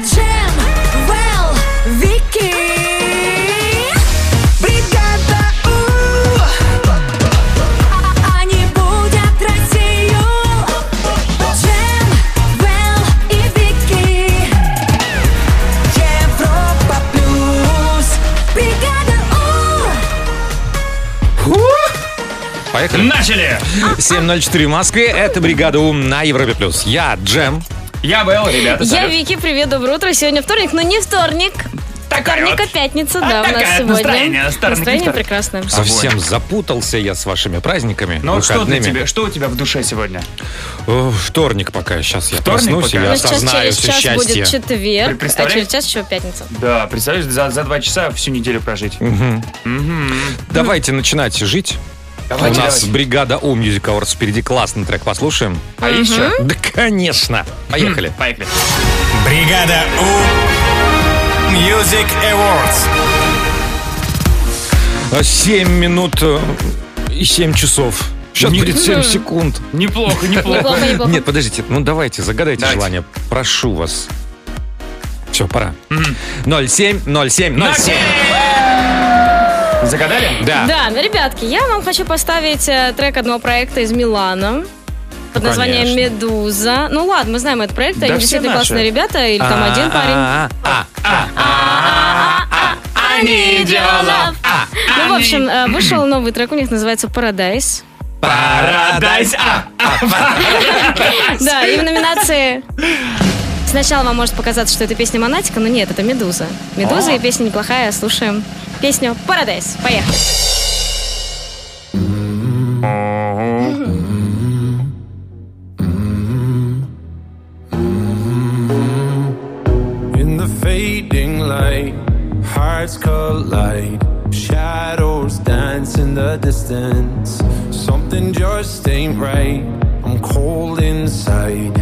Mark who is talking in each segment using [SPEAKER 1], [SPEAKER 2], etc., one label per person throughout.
[SPEAKER 1] Джем, Вэл, Вики. Бригада У. Они будят Россию. Джем, Вэл и Вики.
[SPEAKER 2] Европа плюс.
[SPEAKER 1] Бригада У.
[SPEAKER 3] Поехали.
[SPEAKER 4] Начали!
[SPEAKER 3] 7.04 в Москве. Это бригада Ум на Европе плюс. Я Джем.
[SPEAKER 4] Я Белл, ребята,
[SPEAKER 5] Я
[SPEAKER 4] салют.
[SPEAKER 5] Вики, привет, доброе утро. Сегодня вторник, но не вторник.
[SPEAKER 4] Такая
[SPEAKER 5] Вторника
[SPEAKER 4] вот.
[SPEAKER 5] пятница,
[SPEAKER 4] А
[SPEAKER 5] да, у
[SPEAKER 4] такая
[SPEAKER 5] нас сегодня.
[SPEAKER 4] настроение, вторник,
[SPEAKER 5] Настроение
[SPEAKER 4] вторник.
[SPEAKER 5] прекрасное.
[SPEAKER 3] Совсем запутался я с вашими праздниками.
[SPEAKER 4] Ну вот что для
[SPEAKER 3] выходными.
[SPEAKER 4] тебя, что у тебя в душе сегодня?
[SPEAKER 3] О, Вторник пока. Сейчас я
[SPEAKER 4] Вторник
[SPEAKER 3] проснусь
[SPEAKER 4] пока?
[SPEAKER 3] и
[SPEAKER 4] Ну,
[SPEAKER 5] Ну, сейчас
[SPEAKER 3] осознаю
[SPEAKER 5] через
[SPEAKER 3] все
[SPEAKER 5] час будет
[SPEAKER 3] счастье.
[SPEAKER 4] Вы
[SPEAKER 5] четверг, а
[SPEAKER 4] представляете?
[SPEAKER 5] через час еще пятница.
[SPEAKER 4] Да, представляешь, за, за два часа всю неделю прожить.
[SPEAKER 5] ну.
[SPEAKER 3] Давайте начинать жить.
[SPEAKER 4] Давайте,
[SPEAKER 3] У нас
[SPEAKER 4] давайте.
[SPEAKER 3] бригада У Music Awards впереди классный трек послушаем.
[SPEAKER 4] А еще?
[SPEAKER 3] Да, конечно. Поехали.
[SPEAKER 4] Поехали.
[SPEAKER 6] Бригада У. Music Awards.
[SPEAKER 4] Хм.
[SPEAKER 3] 7 минут э, и 7 часов. Сейчас будет 7 секунд.
[SPEAKER 4] Неплохо, неплохо.
[SPEAKER 5] Неплохо, неплохо.
[SPEAKER 3] Нет, подождите. Ну, давайте, загадайте
[SPEAKER 4] Давайте.
[SPEAKER 3] желание. Прошу вас. Все, пора. 07, 07, 07.
[SPEAKER 4] Загадали?
[SPEAKER 3] Да.
[SPEAKER 5] Да, ну, ребятки, я вам хочу поставить э, трек одного проекта из Милана под
[SPEAKER 3] Ну,
[SPEAKER 5] названием
[SPEAKER 3] конечно.
[SPEAKER 5] «Медуза». Ну ладно, мы знаем этот проект,
[SPEAKER 4] все
[SPEAKER 5] они действительно
[SPEAKER 4] наши.
[SPEAKER 5] классные ребята, или там один парень.
[SPEAKER 3] А, а, а,
[SPEAKER 5] Они Ну,
[SPEAKER 4] А,
[SPEAKER 5] в общем, э, вышел новый трек, у них называется «Paradise».
[SPEAKER 4] Парадайз, а!
[SPEAKER 5] Да, и в номинации... Сначала вам может показаться, что это песня Монатика, но нет, это «Медуза». «Медуза»
[SPEAKER 3] А.
[SPEAKER 5] и песня неплохая, слушаем песню «Paradise». Поехали.
[SPEAKER 7] In the fading light, hearts collide. Shadows dance in the distance. Something just ain't right. I'm cold inside.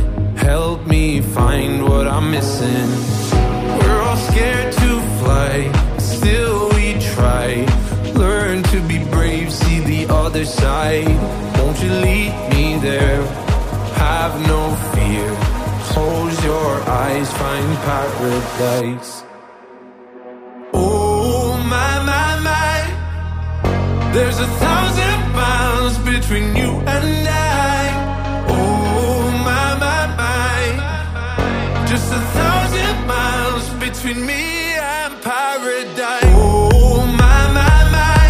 [SPEAKER 7] Help me find what I'm missing. We're all scared to fly, still we try. Learn to be brave, see the other side. Won't you lead me there? Have no fear. Close your eyes, find paradise. Oh my my my, there's a thousand miles between you and I. Oh my my my, just a thousand miles between me and paradise. Oh my my my.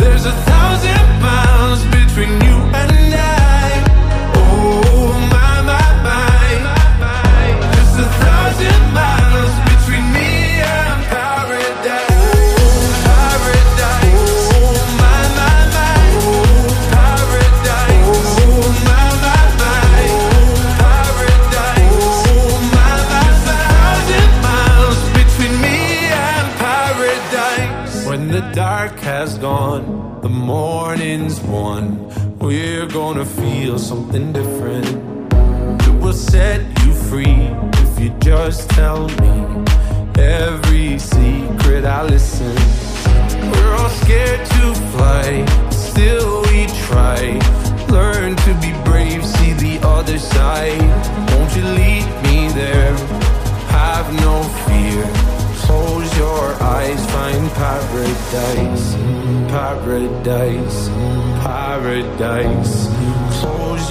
[SPEAKER 7] There's a thousand miles between you and I. Oh my my my, just a thousand miles between me and paradise. Oh, paradise. Oh my my my, oh paradise. Oh my my my, oh paradise. Oh my my my, a thousand miles between me and paradise. When the dark has gone, the morning's won. We're gonna feel something different. It will set you free if you just tell me every secret I listen. We're all scared to fly, still we try. Learn to be brave, see the other side. Won't you lead me there? Have no fear. Close your eyes, find paradise, paradise, paradise. Close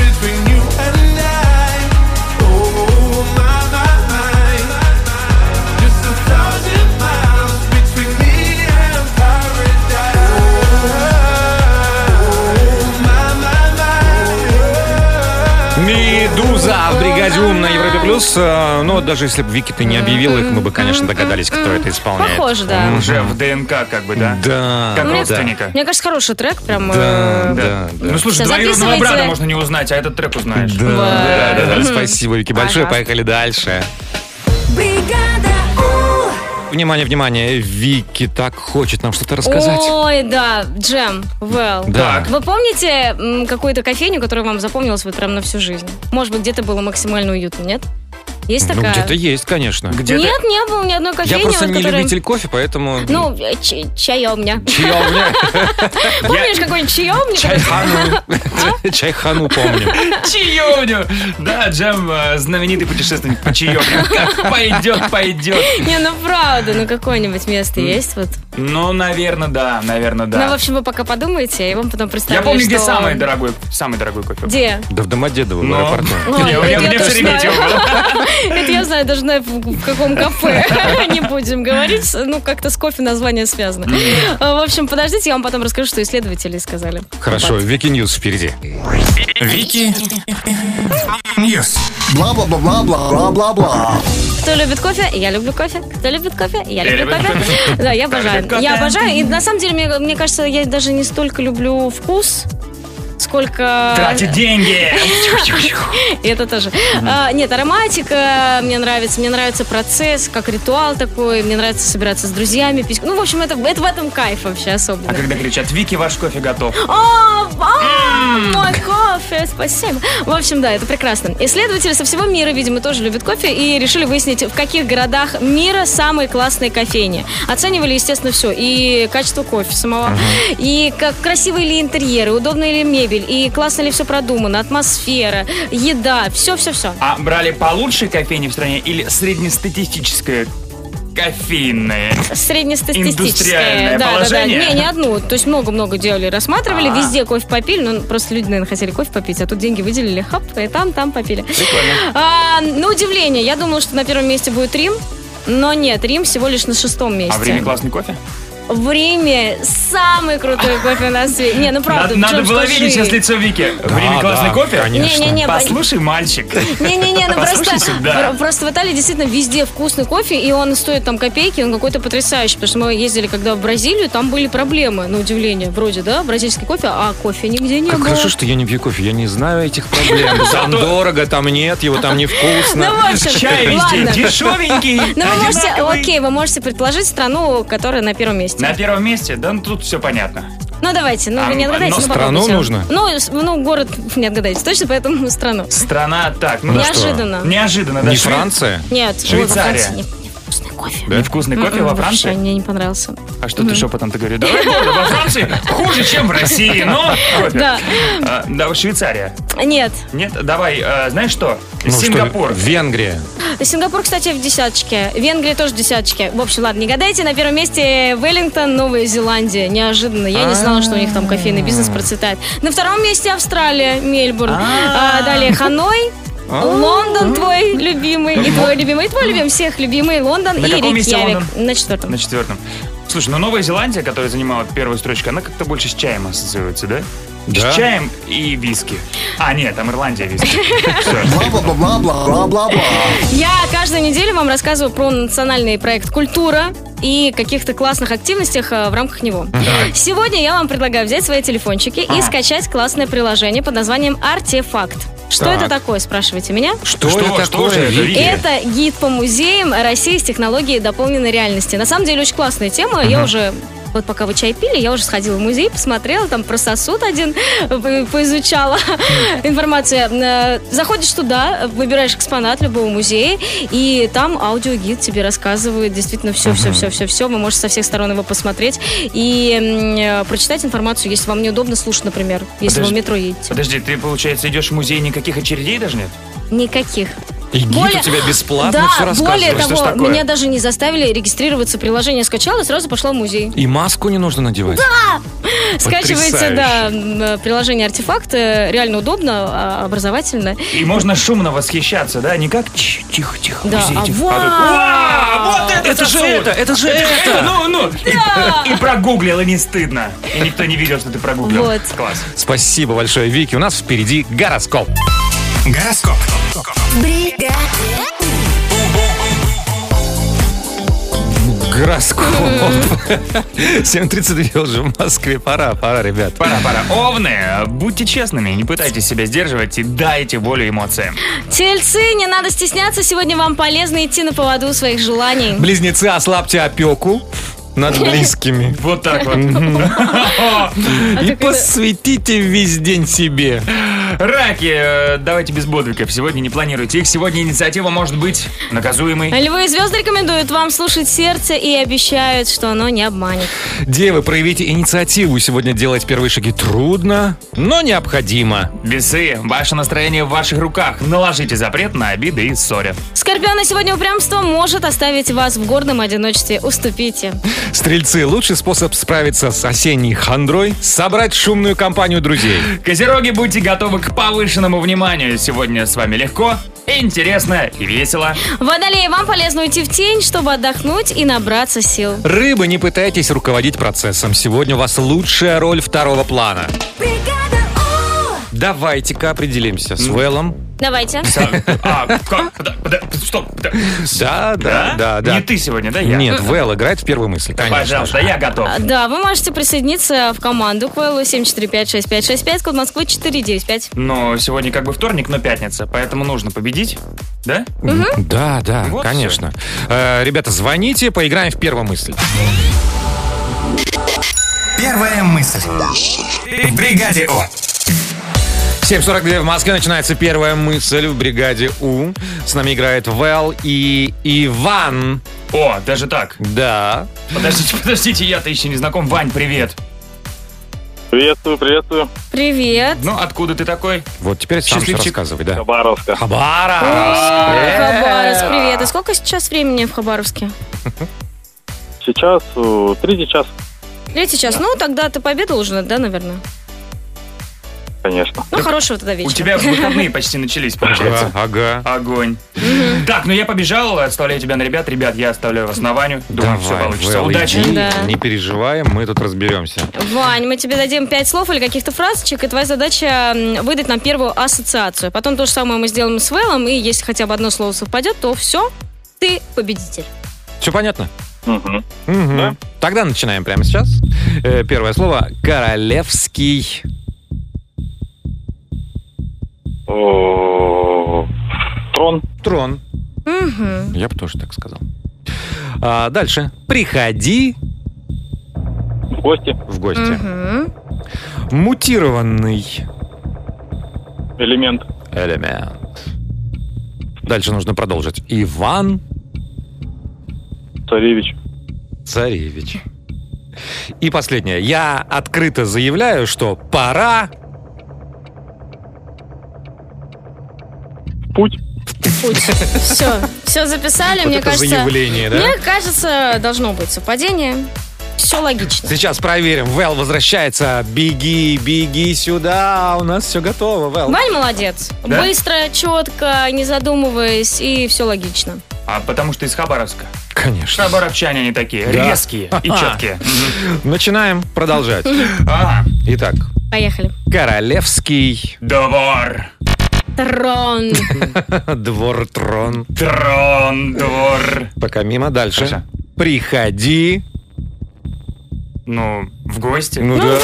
[SPEAKER 7] between you and I. Oh my my my, just a thousand miles between me and paradise. Oh my my my.
[SPEAKER 3] а. Медуза в бригаде Ум на Европе плюс. Э, Но даже если бы Вики ты не объявил их, мы бы, конечно, догадались, кто это исполняет.
[SPEAKER 5] Похоже, да.
[SPEAKER 4] Уже в ДНК как бы, да?
[SPEAKER 3] Да.
[SPEAKER 4] Как
[SPEAKER 3] да.
[SPEAKER 4] родственника.
[SPEAKER 5] Мне кажется, хороший трек, прям...
[SPEAKER 3] Да,
[SPEAKER 5] э,
[SPEAKER 3] да, да.
[SPEAKER 4] Ну слушай,
[SPEAKER 5] Всё,
[SPEAKER 4] двоюродного
[SPEAKER 5] записывайте.
[SPEAKER 4] брата можно не узнать, а этот трек узнаешь.
[SPEAKER 3] Да, да, да, да. Спасибо, Вики, большое.
[SPEAKER 5] Ага.
[SPEAKER 3] Поехали дальше.
[SPEAKER 1] Бригада У.
[SPEAKER 3] внимание, внимание, Вики так хочет нам что-то рассказать.
[SPEAKER 5] Ой, да, джем, well.
[SPEAKER 3] Да.
[SPEAKER 5] Вы помните м, какую-то кофейню, которая вам запомнилась вот прям на всю жизнь? Может быть, где-то было максимально уютно, нет? Есть
[SPEAKER 3] Ну,
[SPEAKER 5] такая?
[SPEAKER 3] где-то есть, конечно.
[SPEAKER 4] Где-то-
[SPEAKER 5] Нет, не было ни одной
[SPEAKER 3] Я
[SPEAKER 5] кофейни,
[SPEAKER 3] просто
[SPEAKER 5] вот,
[SPEAKER 3] не
[SPEAKER 5] которая-
[SPEAKER 3] любитель кофе, поэтому...
[SPEAKER 5] Ну, э, ч- чаемня.
[SPEAKER 3] Чай у меня.
[SPEAKER 5] Помнишь какой-нибудь чаемня?
[SPEAKER 3] Чайхану. Чайхану помню.
[SPEAKER 4] Чаевню! Да, Джем э, знаменитый путешественник по чаевню. Как пойдет, пойдет.
[SPEAKER 5] Не, ну правда, ну какое-нибудь место есть вот.
[SPEAKER 4] Ну, наверное, да, наверное,
[SPEAKER 5] Ну, в
[SPEAKER 4] да.
[SPEAKER 5] общем, вы пока подумаете, и вам потом представлю,
[SPEAKER 4] Я помню, где
[SPEAKER 5] что-
[SPEAKER 4] самый дорогой, самый дорогой кофе.
[SPEAKER 5] Где? Ну,
[SPEAKER 3] Да в Домодедово, в
[SPEAKER 4] Но-
[SPEAKER 3] Ну, аэропорту.
[SPEAKER 5] Ой,
[SPEAKER 4] Не, у меня-
[SPEAKER 5] это я
[SPEAKER 4] у меня в
[SPEAKER 5] тоже
[SPEAKER 4] Шереметьево
[SPEAKER 5] знаю.
[SPEAKER 4] было.
[SPEAKER 5] Это я знаю, даже знаю, в в каком кафе. Не будем говорить. Ну, как-то с кофе название связано. А, В общем, подождите, я вам потом расскажу, что исследователи сказали.
[SPEAKER 3] Хорошо, Вики Ньюс впереди.
[SPEAKER 6] Вики Ньюс.
[SPEAKER 8] Бла-бла-бла-бла-бла-бла-бла.
[SPEAKER 5] Кто любит кофе? Я люблю кофе. Кто любит кофе? Я люблю
[SPEAKER 4] люблю
[SPEAKER 5] кофе. Да, я обожаю.
[SPEAKER 4] любит кофе?
[SPEAKER 5] Я обожаю. И на самом деле, мне- мне кажется, я даже не столько люблю вкус, сколько...
[SPEAKER 4] Тратить деньги.
[SPEAKER 5] И это тоже. А, нет, ароматика мне нравится, мне нравится процесс, как ритуал такой, мне нравится собираться с друзьями, пить. Ну, в общем, это, это в этом кайф вообще особенно.
[SPEAKER 4] А когда кричат, Вики, ваш кофе готов.
[SPEAKER 5] О, о, мой кофе, спасибо. В общем, да, это прекрасно. Исследователи со всего мира, видимо, тоже любят кофе и решили выяснить, в каких городах мира самые классные кофейни. Оценивали, естественно, все. И качество кофе самого, и как красивые ли интерьеры, удобная ли мебель, и классно ли все продумано, атмосфера, еда, все-все-все.
[SPEAKER 4] А брали по лучшей кофейне в стране или среднестатистическое кофейное?
[SPEAKER 5] среднестатистическое.
[SPEAKER 4] Индустриальное
[SPEAKER 5] Да, да, да.
[SPEAKER 4] положение.
[SPEAKER 5] Не, не одну. То есть много-много делали, рассматривали,
[SPEAKER 4] А.
[SPEAKER 5] везде кофе попили. Ну, просто люди, наверное, хотели кофе попить, а тут деньги выделили, хап, и там, там попили. А, на удивление, я думала, что на первом месте будет Рим. Но нет, Рим всего лишь на шестом месте.
[SPEAKER 4] А время классный кофе?
[SPEAKER 5] В Риме самый крутой кофе на свете. Не, ну
[SPEAKER 4] Надо,
[SPEAKER 5] правда. в
[SPEAKER 4] надо
[SPEAKER 5] чем,
[SPEAKER 4] было
[SPEAKER 5] что
[SPEAKER 4] видеть
[SPEAKER 5] жить?
[SPEAKER 4] сейчас лицо Вики. Время
[SPEAKER 3] Да,
[SPEAKER 4] классный
[SPEAKER 3] да,
[SPEAKER 4] кофе?
[SPEAKER 3] конечно.
[SPEAKER 5] Не-не-не, пон-
[SPEAKER 4] Послушай, мальчик.
[SPEAKER 5] Не-не-не, ну
[SPEAKER 4] Послушай
[SPEAKER 5] просто,
[SPEAKER 4] сюда.
[SPEAKER 5] про- просто в Италии действительно везде вкусный кофе, и он стоит там копейки, он какой-то потрясающий, потому что мы ездили когда в Бразилию, там были проблемы, на удивление, вроде, да, бразильский кофе, а кофе нигде не
[SPEAKER 3] Как
[SPEAKER 5] было.
[SPEAKER 3] хорошо, что я не пью кофе, я не знаю этих проблем. Там дорого, там нет его, там
[SPEAKER 5] Ну,
[SPEAKER 3] невкусно.
[SPEAKER 5] в общем,
[SPEAKER 4] Чай везде
[SPEAKER 5] ладно.
[SPEAKER 4] дешевенький,
[SPEAKER 5] Ну, вы можете,
[SPEAKER 4] одинаковый.
[SPEAKER 5] окей, вы можете предположить страну, которая на первом месте.
[SPEAKER 4] На первом месте? Да, ну тут все понятно.
[SPEAKER 5] Ну, давайте, ну, вы не
[SPEAKER 4] А,
[SPEAKER 5] отгадаете,
[SPEAKER 4] но
[SPEAKER 5] ну,
[SPEAKER 3] страну
[SPEAKER 5] попробуйте.
[SPEAKER 3] нужно?
[SPEAKER 5] Ну, с- ну, город не отгадаете точно, поэтому страну.
[SPEAKER 4] Страна так. Ну,
[SPEAKER 3] что?
[SPEAKER 5] Неожиданно.
[SPEAKER 4] Неожиданно, да?
[SPEAKER 3] Не
[SPEAKER 4] Шве-
[SPEAKER 3] Франция? Ну,
[SPEAKER 5] Нет, ой, во
[SPEAKER 4] Швейцария.
[SPEAKER 5] Франции не- невкусный кофе.
[SPEAKER 3] Да?
[SPEAKER 4] Невкусный кофе
[SPEAKER 5] М-м,
[SPEAKER 4] во
[SPEAKER 5] вообще,
[SPEAKER 4] Франции?
[SPEAKER 5] Мне не понравился.
[SPEAKER 4] А что ты шепотом-то говоришь? Давай, Боже, во Франции хуже, чем в России, но кофе.
[SPEAKER 5] Да.
[SPEAKER 4] А, да, Швейцария.
[SPEAKER 5] Нет.
[SPEAKER 4] Нет, давай, э, знаешь что?
[SPEAKER 3] Ну, что,
[SPEAKER 4] Сингапур.
[SPEAKER 3] Венгрия.
[SPEAKER 5] Э, Сингапур, кстати, в десяточке. Венгрия тоже в десяточке. В общем, ладно, не гадайте. На первом месте Веллингтон, Новая Зеландия. Неожиданно. Я не знала, что у них там кофейный бизнес
[SPEAKER 4] А.
[SPEAKER 5] процветает. На втором месте Австралия, Мельбурн. А, Далее Ханой.
[SPEAKER 4] А.
[SPEAKER 5] Лондон твой любимый, и твой любимый, и твой любимый, всех любимый Лондон и
[SPEAKER 4] На каком месте
[SPEAKER 5] Рейкьявик.
[SPEAKER 4] Лондон?
[SPEAKER 5] На четвертом.
[SPEAKER 4] На четвертом. Слушай, ну Новая Зеландия, которая занимала первую строчку, она как-то больше с чаем ассоциируется, да?
[SPEAKER 3] Да.
[SPEAKER 4] С чаем и виски. А, нет, там Ирландия виски. Всё.
[SPEAKER 8] Бла-бла-бла-бла-бла-бла-бла.
[SPEAKER 5] Я каждую неделю вам рассказываю про национальный проект «Культура» и каких-то классных активностях э, в рамках него. Сегодня я вам предлагаю взять свои телефончики и скачать классное приложение под названием «Артефакт». Что
[SPEAKER 3] Так.
[SPEAKER 5] это такое, спрашиваете меня?
[SPEAKER 3] Что,
[SPEAKER 4] Что-
[SPEAKER 3] это такое,
[SPEAKER 4] что же это,
[SPEAKER 3] Вики?
[SPEAKER 4] Вики?
[SPEAKER 5] Это гид по музеям России с технологией дополненной реальности. На самом деле очень классная тема. Я уже вот пока вы чай пили, я уже сходила в музей, посмотрела, там про сосуд один э, поизучала информацию. Э, Заходишь туда, выбираешь экспонат любого музея, и там аудиогид тебе рассказывает действительно все, все, все, все, все. Вы можете со всех сторон его посмотреть и м, э, прочитать информацию, если вам неудобно слушать, например, если вы в
[SPEAKER 4] Подожди.
[SPEAKER 5] метро едете.
[SPEAKER 4] Подожди, ты, получается, идешь в музей, никаких очередей даже нет?
[SPEAKER 5] Никаких.
[SPEAKER 3] И гид
[SPEAKER 5] более-
[SPEAKER 3] у тебя бесплатно
[SPEAKER 5] Да,
[SPEAKER 3] все
[SPEAKER 5] более
[SPEAKER 3] рассказывает.
[SPEAKER 4] Что ж
[SPEAKER 5] того,
[SPEAKER 4] такое?
[SPEAKER 5] меня даже не заставили регистрироваться. Приложение скачала и сразу пошла в музей.
[SPEAKER 3] И маску не нужно надевать.
[SPEAKER 5] Скачивается,
[SPEAKER 3] Потрясающе.
[SPEAKER 5] да, м, э, приложение «Артефакт». э, Реально удобно, а, образовательно.
[SPEAKER 4] И можно шумно восхищаться, да? Не как «Чш, тихо-тихо,
[SPEAKER 5] Да,
[SPEAKER 4] музей,
[SPEAKER 5] а
[SPEAKER 4] тихо».
[SPEAKER 5] вау!
[SPEAKER 4] А тут, «Вау, вот это, сосуд!»
[SPEAKER 3] это же
[SPEAKER 4] Это, ну, ну, и- и, прогуглил, и не стыдно. И никто не видел, что ты прогуглил.
[SPEAKER 5] Вот.
[SPEAKER 4] Класс.
[SPEAKER 3] Спасибо большое, Вики. У нас впереди гороскоп.
[SPEAKER 6] Гороскоп.
[SPEAKER 1] Бригада
[SPEAKER 3] Гороскоп. 7.32 уже в Москве. Пора, пора, ребят.
[SPEAKER 4] Пора, пора. Овны, будьте честными, не пытайтесь себя сдерживать и дайте волю эмоциям.
[SPEAKER 5] Тельцы, не надо стесняться, сегодня вам полезно идти на поводу у своих желаний.
[SPEAKER 3] Близнецы, ослабьте опеку над близкими.
[SPEAKER 4] Вот так вот.
[SPEAKER 3] И посвятите весь день себе.
[SPEAKER 4] Раки, э, давайте без бодриков. Сегодня не планируйте их. Сегодня инициатива может быть наказуемой.
[SPEAKER 5] Львы и звезды рекомендуют вам слушать сердце и обещают, что оно не обманет.
[SPEAKER 3] Девы, проявите инициативу. Сегодня делать первые шаги трудно, но необходимо.
[SPEAKER 4] Весы, ваше настроение в ваших руках. Наложите запрет на обиды и ссоре.
[SPEAKER 5] Скорпионы, сегодня упрямство может оставить вас в гордом одиночестве. Уступите.
[SPEAKER 3] Стрельцы, лучший способ справиться с осенней хандрой – собрать шумную компанию друзей.
[SPEAKER 4] Козероги, будьте готовы к повышенному вниманию. Сегодня с вами легко, интересно и весело.
[SPEAKER 5] Водолеи, вам полезно уйти в тень, чтобы отдохнуть и набраться сил.
[SPEAKER 3] Рыбы, не пытайтесь руководить процессом. Сегодня у вас лучшая роль второго плана.
[SPEAKER 1] бригада У,
[SPEAKER 3] Давайте-ка определимся с Вэллом.
[SPEAKER 5] Давайте.
[SPEAKER 4] А, как? Да, да, Стоп. да.
[SPEAKER 3] Да, да, да, да.
[SPEAKER 4] А? Не ты сегодня, да? Я? Ну,
[SPEAKER 3] Нет, Вэлл играет в первую мысль. Конечно.
[SPEAKER 4] Пожалуйста, я готов.
[SPEAKER 5] А, Да, вы можете присоединиться в команду к Вэллу 745-6565, код Москвы 495.
[SPEAKER 4] Но сегодня как бы вторник, но пятница, поэтому нужно победить, да?
[SPEAKER 3] Да, да,
[SPEAKER 4] Вот
[SPEAKER 3] конечно. Э, Ребята, звоните, поиграем в первую мысль.
[SPEAKER 6] Первая мысль. В бригаде О.
[SPEAKER 3] 7.42 в Москве начинается первая мысль в бригаде У. С нами играет Вэл и Иван.
[SPEAKER 4] О, даже так.
[SPEAKER 3] Да.
[SPEAKER 4] Подождите, подождите, я-то еще не знаком. Вань, привет.
[SPEAKER 9] Приветствую, приветствую.
[SPEAKER 5] Привет.
[SPEAKER 4] Ну, откуда ты такой?
[SPEAKER 3] Вот теперь сам все
[SPEAKER 4] Счастливчик.
[SPEAKER 3] рассказывай, да.
[SPEAKER 9] Хабаровска.
[SPEAKER 3] Хабара!
[SPEAKER 5] Хабаровск, привет. И сколько сейчас времени в Хабаровске?
[SPEAKER 9] Сейчас, э, третий час,
[SPEAKER 5] Третий час. Ну, тогда ты победу уже, да, наверное?
[SPEAKER 9] конечно.
[SPEAKER 5] Ну, хорошего тогда вечера.
[SPEAKER 4] У тебя выходные почти начались, получается.
[SPEAKER 3] Ага, ага.
[SPEAKER 4] Огонь. Так, ну я побежал, отставляю тебя на ребят. Ребят, я оставляю вас на Ваню. Думаю, все
[SPEAKER 3] Давай,
[SPEAKER 4] получится.
[SPEAKER 3] Вэл,
[SPEAKER 4] Удачи.
[SPEAKER 3] иди,
[SPEAKER 5] Да.
[SPEAKER 3] Не переживаем, мы тут разберемся.
[SPEAKER 5] Вань, мы тебе дадим пять слов или каких-то фразочек, и твоя задача м, выдать нам первую ассоциацию. Потом то же самое мы сделаем с Вэллом, и если хотя бы одно слово совпадет, то все, ты победитель.
[SPEAKER 3] Все понятно?
[SPEAKER 9] Мгм.
[SPEAKER 3] Мгм.
[SPEAKER 9] Да.
[SPEAKER 3] Тогда начинаем прямо сейчас. Э, Первое слово королевский.
[SPEAKER 9] О, Трон,
[SPEAKER 3] Трон.
[SPEAKER 5] Мгм.
[SPEAKER 3] Я бы тоже так сказал. А, дальше. Приходи
[SPEAKER 9] в гости,
[SPEAKER 3] в гости.
[SPEAKER 5] Мгм.
[SPEAKER 3] Мутированный
[SPEAKER 9] элемент,
[SPEAKER 3] элемент. Дальше нужно продолжить. Иван
[SPEAKER 9] царевич,
[SPEAKER 3] Царевич. И последнее. Я открыто заявляю, что пора...
[SPEAKER 9] путь.
[SPEAKER 5] Все, все записали, мне
[SPEAKER 3] это
[SPEAKER 5] кажется.
[SPEAKER 3] заявление, да?
[SPEAKER 5] Мне кажется, должно быть совпадение. Все логично.
[SPEAKER 3] Сейчас проверим. Вэл возвращается. Беги, беги сюда. У нас все готово, Вэл.
[SPEAKER 5] Вань молодец.
[SPEAKER 4] Да?
[SPEAKER 5] Быстро, четко, не задумываясь, и все логично.
[SPEAKER 4] А потому что из Хабаровска.
[SPEAKER 3] Конечно.
[SPEAKER 4] Хабаровчане они такие,
[SPEAKER 3] Да.
[SPEAKER 4] резкие и четкие.
[SPEAKER 3] Начинаем продолжать.
[SPEAKER 4] Ага.
[SPEAKER 3] Итак,
[SPEAKER 5] Поехали.
[SPEAKER 3] королевский
[SPEAKER 4] Двор,
[SPEAKER 5] Трон.
[SPEAKER 3] двор трон.
[SPEAKER 4] трон, двор.
[SPEAKER 3] Пока мимо. Дальше.
[SPEAKER 4] Хорошо.
[SPEAKER 3] Приходи.
[SPEAKER 4] Ну, в гости.
[SPEAKER 3] Ну да.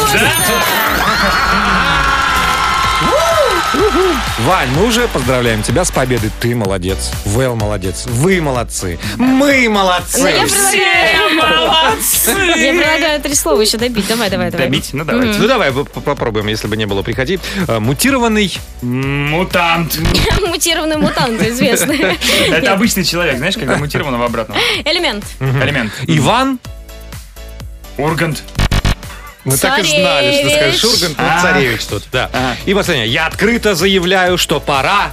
[SPEAKER 3] Вань, мы уже поздравляем тебя с победой. Ты молодец. Вэл молодец. Вы молодцы. Мы
[SPEAKER 5] Ну, я
[SPEAKER 3] молодцы.
[SPEAKER 5] предлагаю- Я предлагаю три слова еще добить. Давай, давай, давай.
[SPEAKER 4] Добить? Ну, давайте.
[SPEAKER 3] Ну давай поп- попробуем, если бы не было приходи. Э, Мутированный.
[SPEAKER 4] Мутант.
[SPEAKER 5] Мутированные мутанты известные.
[SPEAKER 4] Это обычный человек, знаешь, когда мутировано в обратном.
[SPEAKER 5] Элемент.
[SPEAKER 4] Элемент.
[SPEAKER 3] Иван.
[SPEAKER 4] Ургант.
[SPEAKER 3] Мы так и знали, что ты скажешь
[SPEAKER 5] Царевич.
[SPEAKER 3] Ургант,
[SPEAKER 4] А.
[SPEAKER 3] ну, царевич тут, да.
[SPEAKER 4] Ага.
[SPEAKER 3] И последнее. Я открыто заявляю, что пора.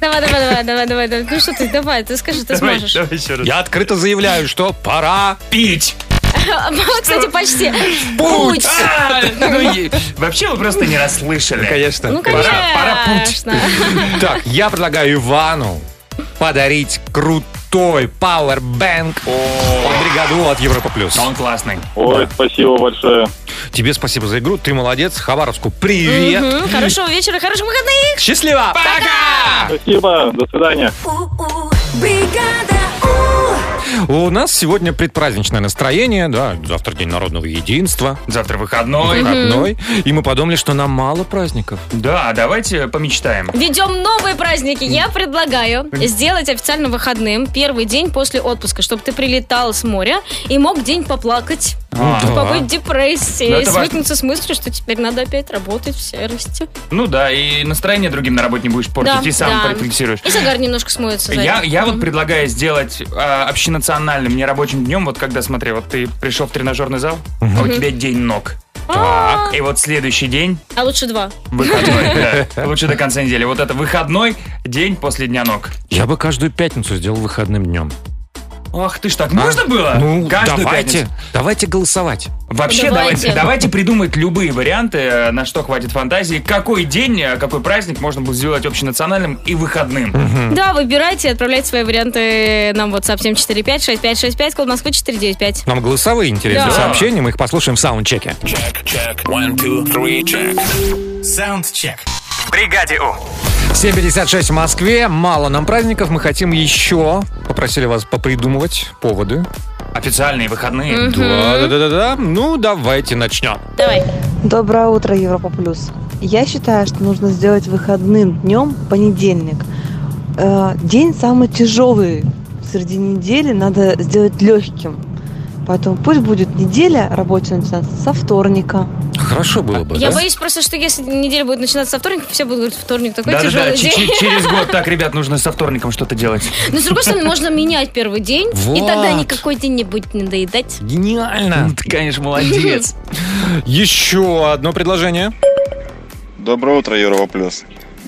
[SPEAKER 5] Давай, давай, давай, давай, давай, давай. Ну что ты, давай, ты скажи, ты
[SPEAKER 4] Давай,
[SPEAKER 5] сможешь.
[SPEAKER 4] давай еще раз.
[SPEAKER 3] Я открыто заявляю, что пора.
[SPEAKER 4] Пить.
[SPEAKER 5] Кстати, почти.
[SPEAKER 3] Путь.
[SPEAKER 4] А, ну, е- Вообще вы просто не расслышали.
[SPEAKER 3] Конечно.
[SPEAKER 5] Ну,
[SPEAKER 3] Пора.
[SPEAKER 4] пора
[SPEAKER 5] конечно.
[SPEAKER 3] Так, я предлагаю Ивану подарить крутой пауэрбэнк от бригаду от Европа плюс.
[SPEAKER 4] А Он классный.
[SPEAKER 9] Ой, спасибо большое.
[SPEAKER 3] Тебе спасибо за игру, ты молодец. Хабаровску привет.
[SPEAKER 5] Мгм. Ну, Хорошего вечера, хороших выходных.
[SPEAKER 3] Счастливо. Пока.
[SPEAKER 9] Спасибо, до свидания.
[SPEAKER 1] у, у, бригада У.
[SPEAKER 3] У нас сегодня предпраздничное настроение, да, завтра День народного единства,
[SPEAKER 4] Завтра выходной.
[SPEAKER 3] выходной, и мы подумали, что нам мало праздников.
[SPEAKER 4] Да, давайте помечтаем.
[SPEAKER 5] Ведем новые праздники. Я предлагаю сделать официально выходным первый день после отпуска, чтобы ты прилетал с моря и мог день поплакать,
[SPEAKER 4] А,
[SPEAKER 3] да.
[SPEAKER 5] побыть в депрессии,
[SPEAKER 4] Ну, это важно.
[SPEAKER 5] свыкнуться с мыслью, что теперь надо опять работать в серости.
[SPEAKER 4] Ну да, и настроение другим на работе не будешь портить,
[SPEAKER 5] Да,
[SPEAKER 4] и сам
[SPEAKER 5] да.
[SPEAKER 4] порефлексируешь.
[SPEAKER 5] И загар немножко смоется. за
[SPEAKER 4] Я,
[SPEAKER 5] это.
[SPEAKER 4] я вот предлагаю сделать э, общенациональным нерабочим днем, вот когда, смотри, вот ты пришел в тренажерный зал, а у тебя день ног.
[SPEAKER 5] А,
[SPEAKER 4] И вот следующий день
[SPEAKER 5] А лучше два.
[SPEAKER 4] выходной, да, лучше до конца недели. Вот это выходной день после дня ног.
[SPEAKER 3] Я бы каждую пятницу сделал выходным днем.
[SPEAKER 4] Ах ты ж, так можно было?
[SPEAKER 3] Ну,
[SPEAKER 4] Каждую
[SPEAKER 3] давайте,
[SPEAKER 4] пятницу.
[SPEAKER 3] давайте голосовать.
[SPEAKER 4] Вообще,
[SPEAKER 5] Давайте.
[SPEAKER 4] давайте. давайте придумать любые варианты, э, на что хватит фантазии, какой день, э, какой праздник можно будет сделать общенациональным и выходным.
[SPEAKER 5] Да, выбирайте, отправляйте свои варианты нам вот WhatsApp 745-6565, код Москвы 495.
[SPEAKER 3] Нам голосовые интересные
[SPEAKER 5] Да.
[SPEAKER 3] сообщения, мы их послушаем в саундчеке.
[SPEAKER 6] Саундчек. В бригаде У.
[SPEAKER 3] 7.56 в Москве, мало нам праздников, мы хотим еще, попросили вас попридумывать поводы.
[SPEAKER 4] Официальные выходные.
[SPEAKER 3] Да-да-да-да, ну давайте начнем.
[SPEAKER 5] Давай.
[SPEAKER 10] Доброе утро, Европа Плюс. Я считаю, что нужно сделать выходным днем понедельник. Э, День самый тяжелый среди недели, надо сделать легким. Поэтому пусть будет неделя рабочая начинаться со вторника.
[SPEAKER 3] Хорошо было бы,
[SPEAKER 5] Я
[SPEAKER 3] да?
[SPEAKER 5] боюсь просто, что если неделя будет начинаться со вторника, все будут говорить, вторник такой
[SPEAKER 4] Да-да-да,
[SPEAKER 5] тяжелый
[SPEAKER 4] че-
[SPEAKER 5] день.
[SPEAKER 4] че- через год. Так, ребят, нужно со вторником что-то делать.
[SPEAKER 5] Но с другой стороны, можно менять первый день, и
[SPEAKER 3] Вот.
[SPEAKER 5] тогда никакой день не будет надоедать.
[SPEAKER 3] Гениально!
[SPEAKER 4] ты, конечно, молодец.
[SPEAKER 3] Еще одно предложение.
[SPEAKER 9] Доброе утро, Европа Плюс.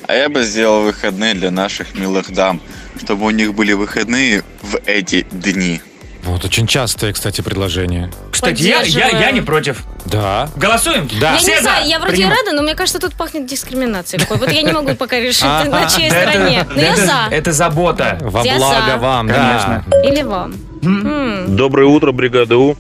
[SPEAKER 9] А я бы сделал выходные для наших милых дам, чтобы у них были выходные в эти дни.
[SPEAKER 3] Вот очень частое, кстати, предложение.
[SPEAKER 4] Кстати, я, я, я не против.
[SPEAKER 3] Да.
[SPEAKER 4] Голосуем?
[SPEAKER 3] Да.
[SPEAKER 5] Я
[SPEAKER 4] А, Все
[SPEAKER 5] не
[SPEAKER 4] за.
[SPEAKER 5] знаю, я вроде и
[SPEAKER 4] Принимаю.
[SPEAKER 5] рада, но мне кажется, тут пахнет дискриминацией какой. Вот я не могу пока решить, на чьей
[SPEAKER 4] Да это-
[SPEAKER 5] стороне. Но
[SPEAKER 4] да
[SPEAKER 5] я
[SPEAKER 4] это-
[SPEAKER 5] за.
[SPEAKER 4] Это забота.
[SPEAKER 3] Во
[SPEAKER 5] Я
[SPEAKER 3] благо
[SPEAKER 5] за.
[SPEAKER 3] вам,
[SPEAKER 4] Конечно.
[SPEAKER 3] да.
[SPEAKER 5] Или вам. М.
[SPEAKER 9] Доброе утро, бригада У.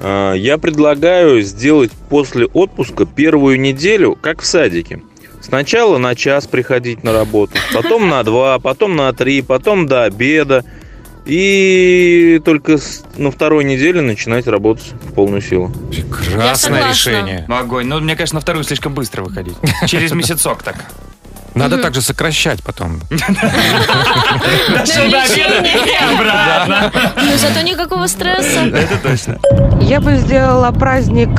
[SPEAKER 9] А, Я предлагаю сделать после отпуска первую неделю, как в садике. Сначала на час приходить на работу, потом на два, потом на три, потом до обеда. И только с- на второй неделе начинать работать в полную силу.
[SPEAKER 5] Я
[SPEAKER 3] Прекрасное
[SPEAKER 5] согласна.
[SPEAKER 3] решение.
[SPEAKER 4] Огонь. Ну, мне, конечно, на вторую слишком быстро выходить. Через месяцок так.
[SPEAKER 3] Надо также сокращать потом.
[SPEAKER 4] Дошел до обеда и обратно.
[SPEAKER 5] Но Ну, зато никакого стресса.
[SPEAKER 4] Это точно.
[SPEAKER 10] Я бы сделала праздник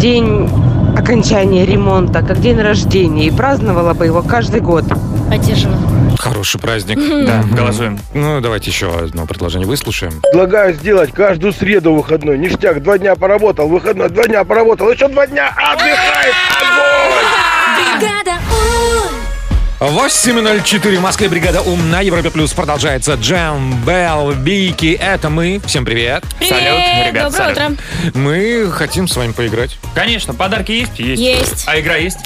[SPEAKER 10] день окончания ремонта, как день рождения, и праздновала бы его каждый год.
[SPEAKER 5] Поддерживаю.
[SPEAKER 3] Хороший праздник.
[SPEAKER 4] Да, голосуем.
[SPEAKER 3] Ну, давайте еще одно предложение выслушаем.
[SPEAKER 9] Предлагаю сделать каждую среду выходной. Ништяк, два дня поработал, выходной, два дня поработал, еще два дня А! отдыхает.
[SPEAKER 1] Бригада У!
[SPEAKER 3] 8.04 в Москве бригада Ум на Европе Плюс продолжается. Джем, Белл, Бики, это мы. Всем привет.
[SPEAKER 4] Салют,
[SPEAKER 5] Привет,
[SPEAKER 4] ребят,
[SPEAKER 5] доброе
[SPEAKER 4] салют.
[SPEAKER 5] утро.
[SPEAKER 3] Мы хотим с вами поиграть.
[SPEAKER 4] Конечно, подарки есть? Есть.
[SPEAKER 5] Есть.
[SPEAKER 4] А игра есть?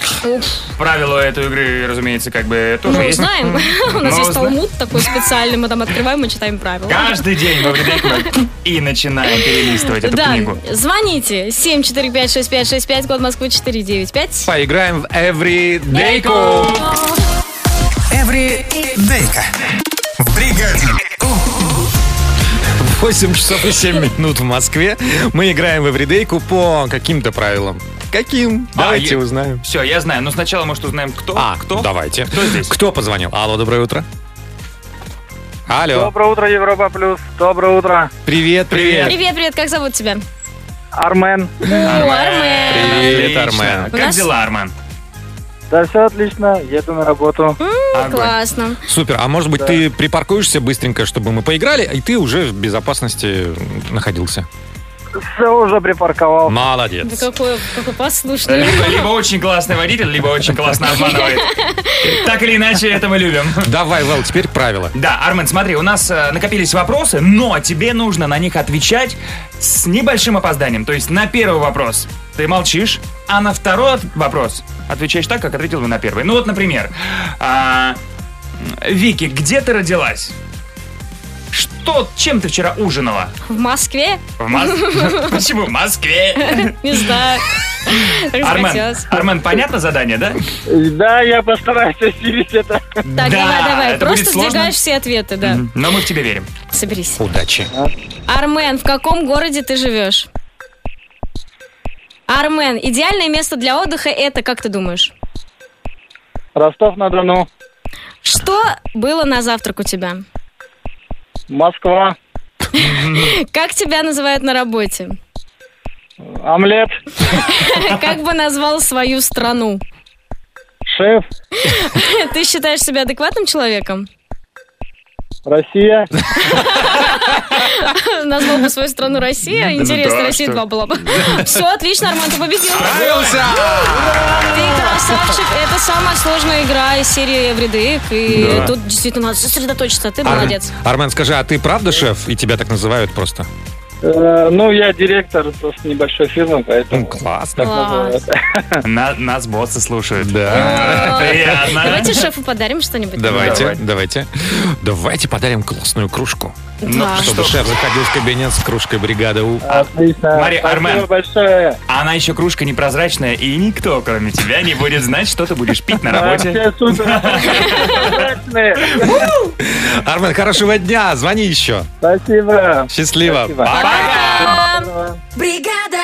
[SPEAKER 4] Правила этой игры, разумеется, как бы тоже
[SPEAKER 5] Ну,
[SPEAKER 4] есть.
[SPEAKER 5] знаем. У нас
[SPEAKER 4] Ну,
[SPEAKER 5] есть
[SPEAKER 4] знаем.
[SPEAKER 5] талмуд такой специальный, мы там открываем и читаем правила.
[SPEAKER 4] Каждый день мы в редакторе и начинаем перелистывать эту
[SPEAKER 5] Да,
[SPEAKER 4] книгу.
[SPEAKER 5] звоните 745-6565, код Москвы 495.
[SPEAKER 3] Поиграем в Everydayку.
[SPEAKER 6] Эври Дейка. В бригаде У.
[SPEAKER 3] 8 часов и 7 минут в Москве. Мы играем в Everydayку по каким-то правилам. Каким?
[SPEAKER 4] А,
[SPEAKER 3] Давайте
[SPEAKER 4] е-
[SPEAKER 3] узнаем.
[SPEAKER 4] Все, я знаю. Но сначала, может, узнаем, кто?
[SPEAKER 3] А,
[SPEAKER 4] кто?
[SPEAKER 3] Давайте.
[SPEAKER 4] Кто здесь?
[SPEAKER 3] Кто позвонил? Алло, доброе утро. Алло.
[SPEAKER 9] Доброе утро, Европа Плюс. Доброе утро,
[SPEAKER 3] Привет, привет.
[SPEAKER 5] Привет, привет, как зовут тебя?
[SPEAKER 9] Армен.
[SPEAKER 5] О, Армен.
[SPEAKER 3] Привет,
[SPEAKER 4] Отлично.
[SPEAKER 3] Армен.
[SPEAKER 5] У
[SPEAKER 4] Как
[SPEAKER 5] нас-
[SPEAKER 4] дела, Армен?
[SPEAKER 9] Да все отлично, еду на работу.
[SPEAKER 4] Огонь.
[SPEAKER 5] Классно.
[SPEAKER 3] Супер. А может быть, ты припаркуешься быстренько, чтобы мы поиграли, и ты уже в безопасности находился.
[SPEAKER 9] Все уже припарковал.
[SPEAKER 5] Да
[SPEAKER 3] Молодец.
[SPEAKER 5] какой, какой послушный.
[SPEAKER 4] Либо, либо очень классный водитель, либо очень классно обманывает. Так или иначе, это мы любим.
[SPEAKER 3] Давай, Вэл, теперь правила.
[SPEAKER 4] Да, Армен, смотри, у нас э, накопились вопросы, но тебе нужно на них отвечать с небольшим опозданием. То есть на первый вопрос ты молчишь, а на второй от- вопрос отвечаешь так, как ответил бы на первый. Ну вот, например, а, Вики, где ты родилась? Что, чем ты вчера ужинала?
[SPEAKER 5] В Москве?
[SPEAKER 4] В Москве? Почему в Москве?
[SPEAKER 5] Не знаю.
[SPEAKER 4] Армен,
[SPEAKER 5] Расхотелось.
[SPEAKER 4] Армен, понятно задание, да?
[SPEAKER 11] Да, я постараюсь осилить это.
[SPEAKER 5] Так, давай, давай.
[SPEAKER 4] это
[SPEAKER 5] Просто
[SPEAKER 4] будет сложно.
[SPEAKER 5] сдвигаешь все ответы, да.
[SPEAKER 4] Мгм. Но мы в тебя верим.
[SPEAKER 5] Соберись.
[SPEAKER 3] Удачи.
[SPEAKER 5] Армен, в каком городе ты живешь? Армен, идеальное место для отдыха это, как ты думаешь?
[SPEAKER 11] Ростов-на-Дону,
[SPEAKER 5] Что было на завтрак у тебя?
[SPEAKER 11] Москва,
[SPEAKER 5] Как тебя называют на работе?
[SPEAKER 11] омлет,
[SPEAKER 5] Как бы назвал свою страну?
[SPEAKER 11] шеф,
[SPEAKER 5] Ты считаешь себя адекватным человеком?
[SPEAKER 11] Россия.
[SPEAKER 5] Назвал бы свою страну Россия.
[SPEAKER 11] Ну
[SPEAKER 5] Интересно,
[SPEAKER 11] да,
[SPEAKER 5] Россия
[SPEAKER 11] что?
[SPEAKER 5] 2 была бы. Все, отлично, Арман, ты победил.
[SPEAKER 3] Справился!
[SPEAKER 5] Ты красавчик. Это самая сложная игра из серии Everyday. И
[SPEAKER 3] Да.
[SPEAKER 5] тут действительно надо сосредоточиться. а Ты
[SPEAKER 3] Ар-
[SPEAKER 5] молодец.
[SPEAKER 3] Армен, скажи, а ты правда шеф? И тебя так называют просто?
[SPEAKER 11] Э, Ну, я директор просто небольшой фирмы, поэтому...
[SPEAKER 3] Классно.
[SPEAKER 11] называют.
[SPEAKER 4] На- нас боссы слушают.
[SPEAKER 3] Да.
[SPEAKER 4] Приятно.
[SPEAKER 5] Давайте шефу подарим что-нибудь.
[SPEAKER 3] Давайте,
[SPEAKER 4] Давай.
[SPEAKER 3] давайте. Давайте подарим классную кружку.
[SPEAKER 4] Ну, А
[SPEAKER 5] Да.
[SPEAKER 3] Чтобы шеф заходил в кабинет с кружкой бригады У.
[SPEAKER 12] А.
[SPEAKER 11] Отлично.
[SPEAKER 4] Мария,
[SPEAKER 11] Спасибо
[SPEAKER 4] Армен.
[SPEAKER 11] большое.
[SPEAKER 4] А Она еще кружка непрозрачная, и никто, кроме тебя, не будет знать, что ты будешь пить на работе.
[SPEAKER 11] Вообще супер.
[SPEAKER 3] Армен, хорошего дня, звони еще.
[SPEAKER 11] Спасибо.
[SPEAKER 3] Счастливо.
[SPEAKER 11] Спасибо.
[SPEAKER 5] Пока!
[SPEAKER 1] Бригада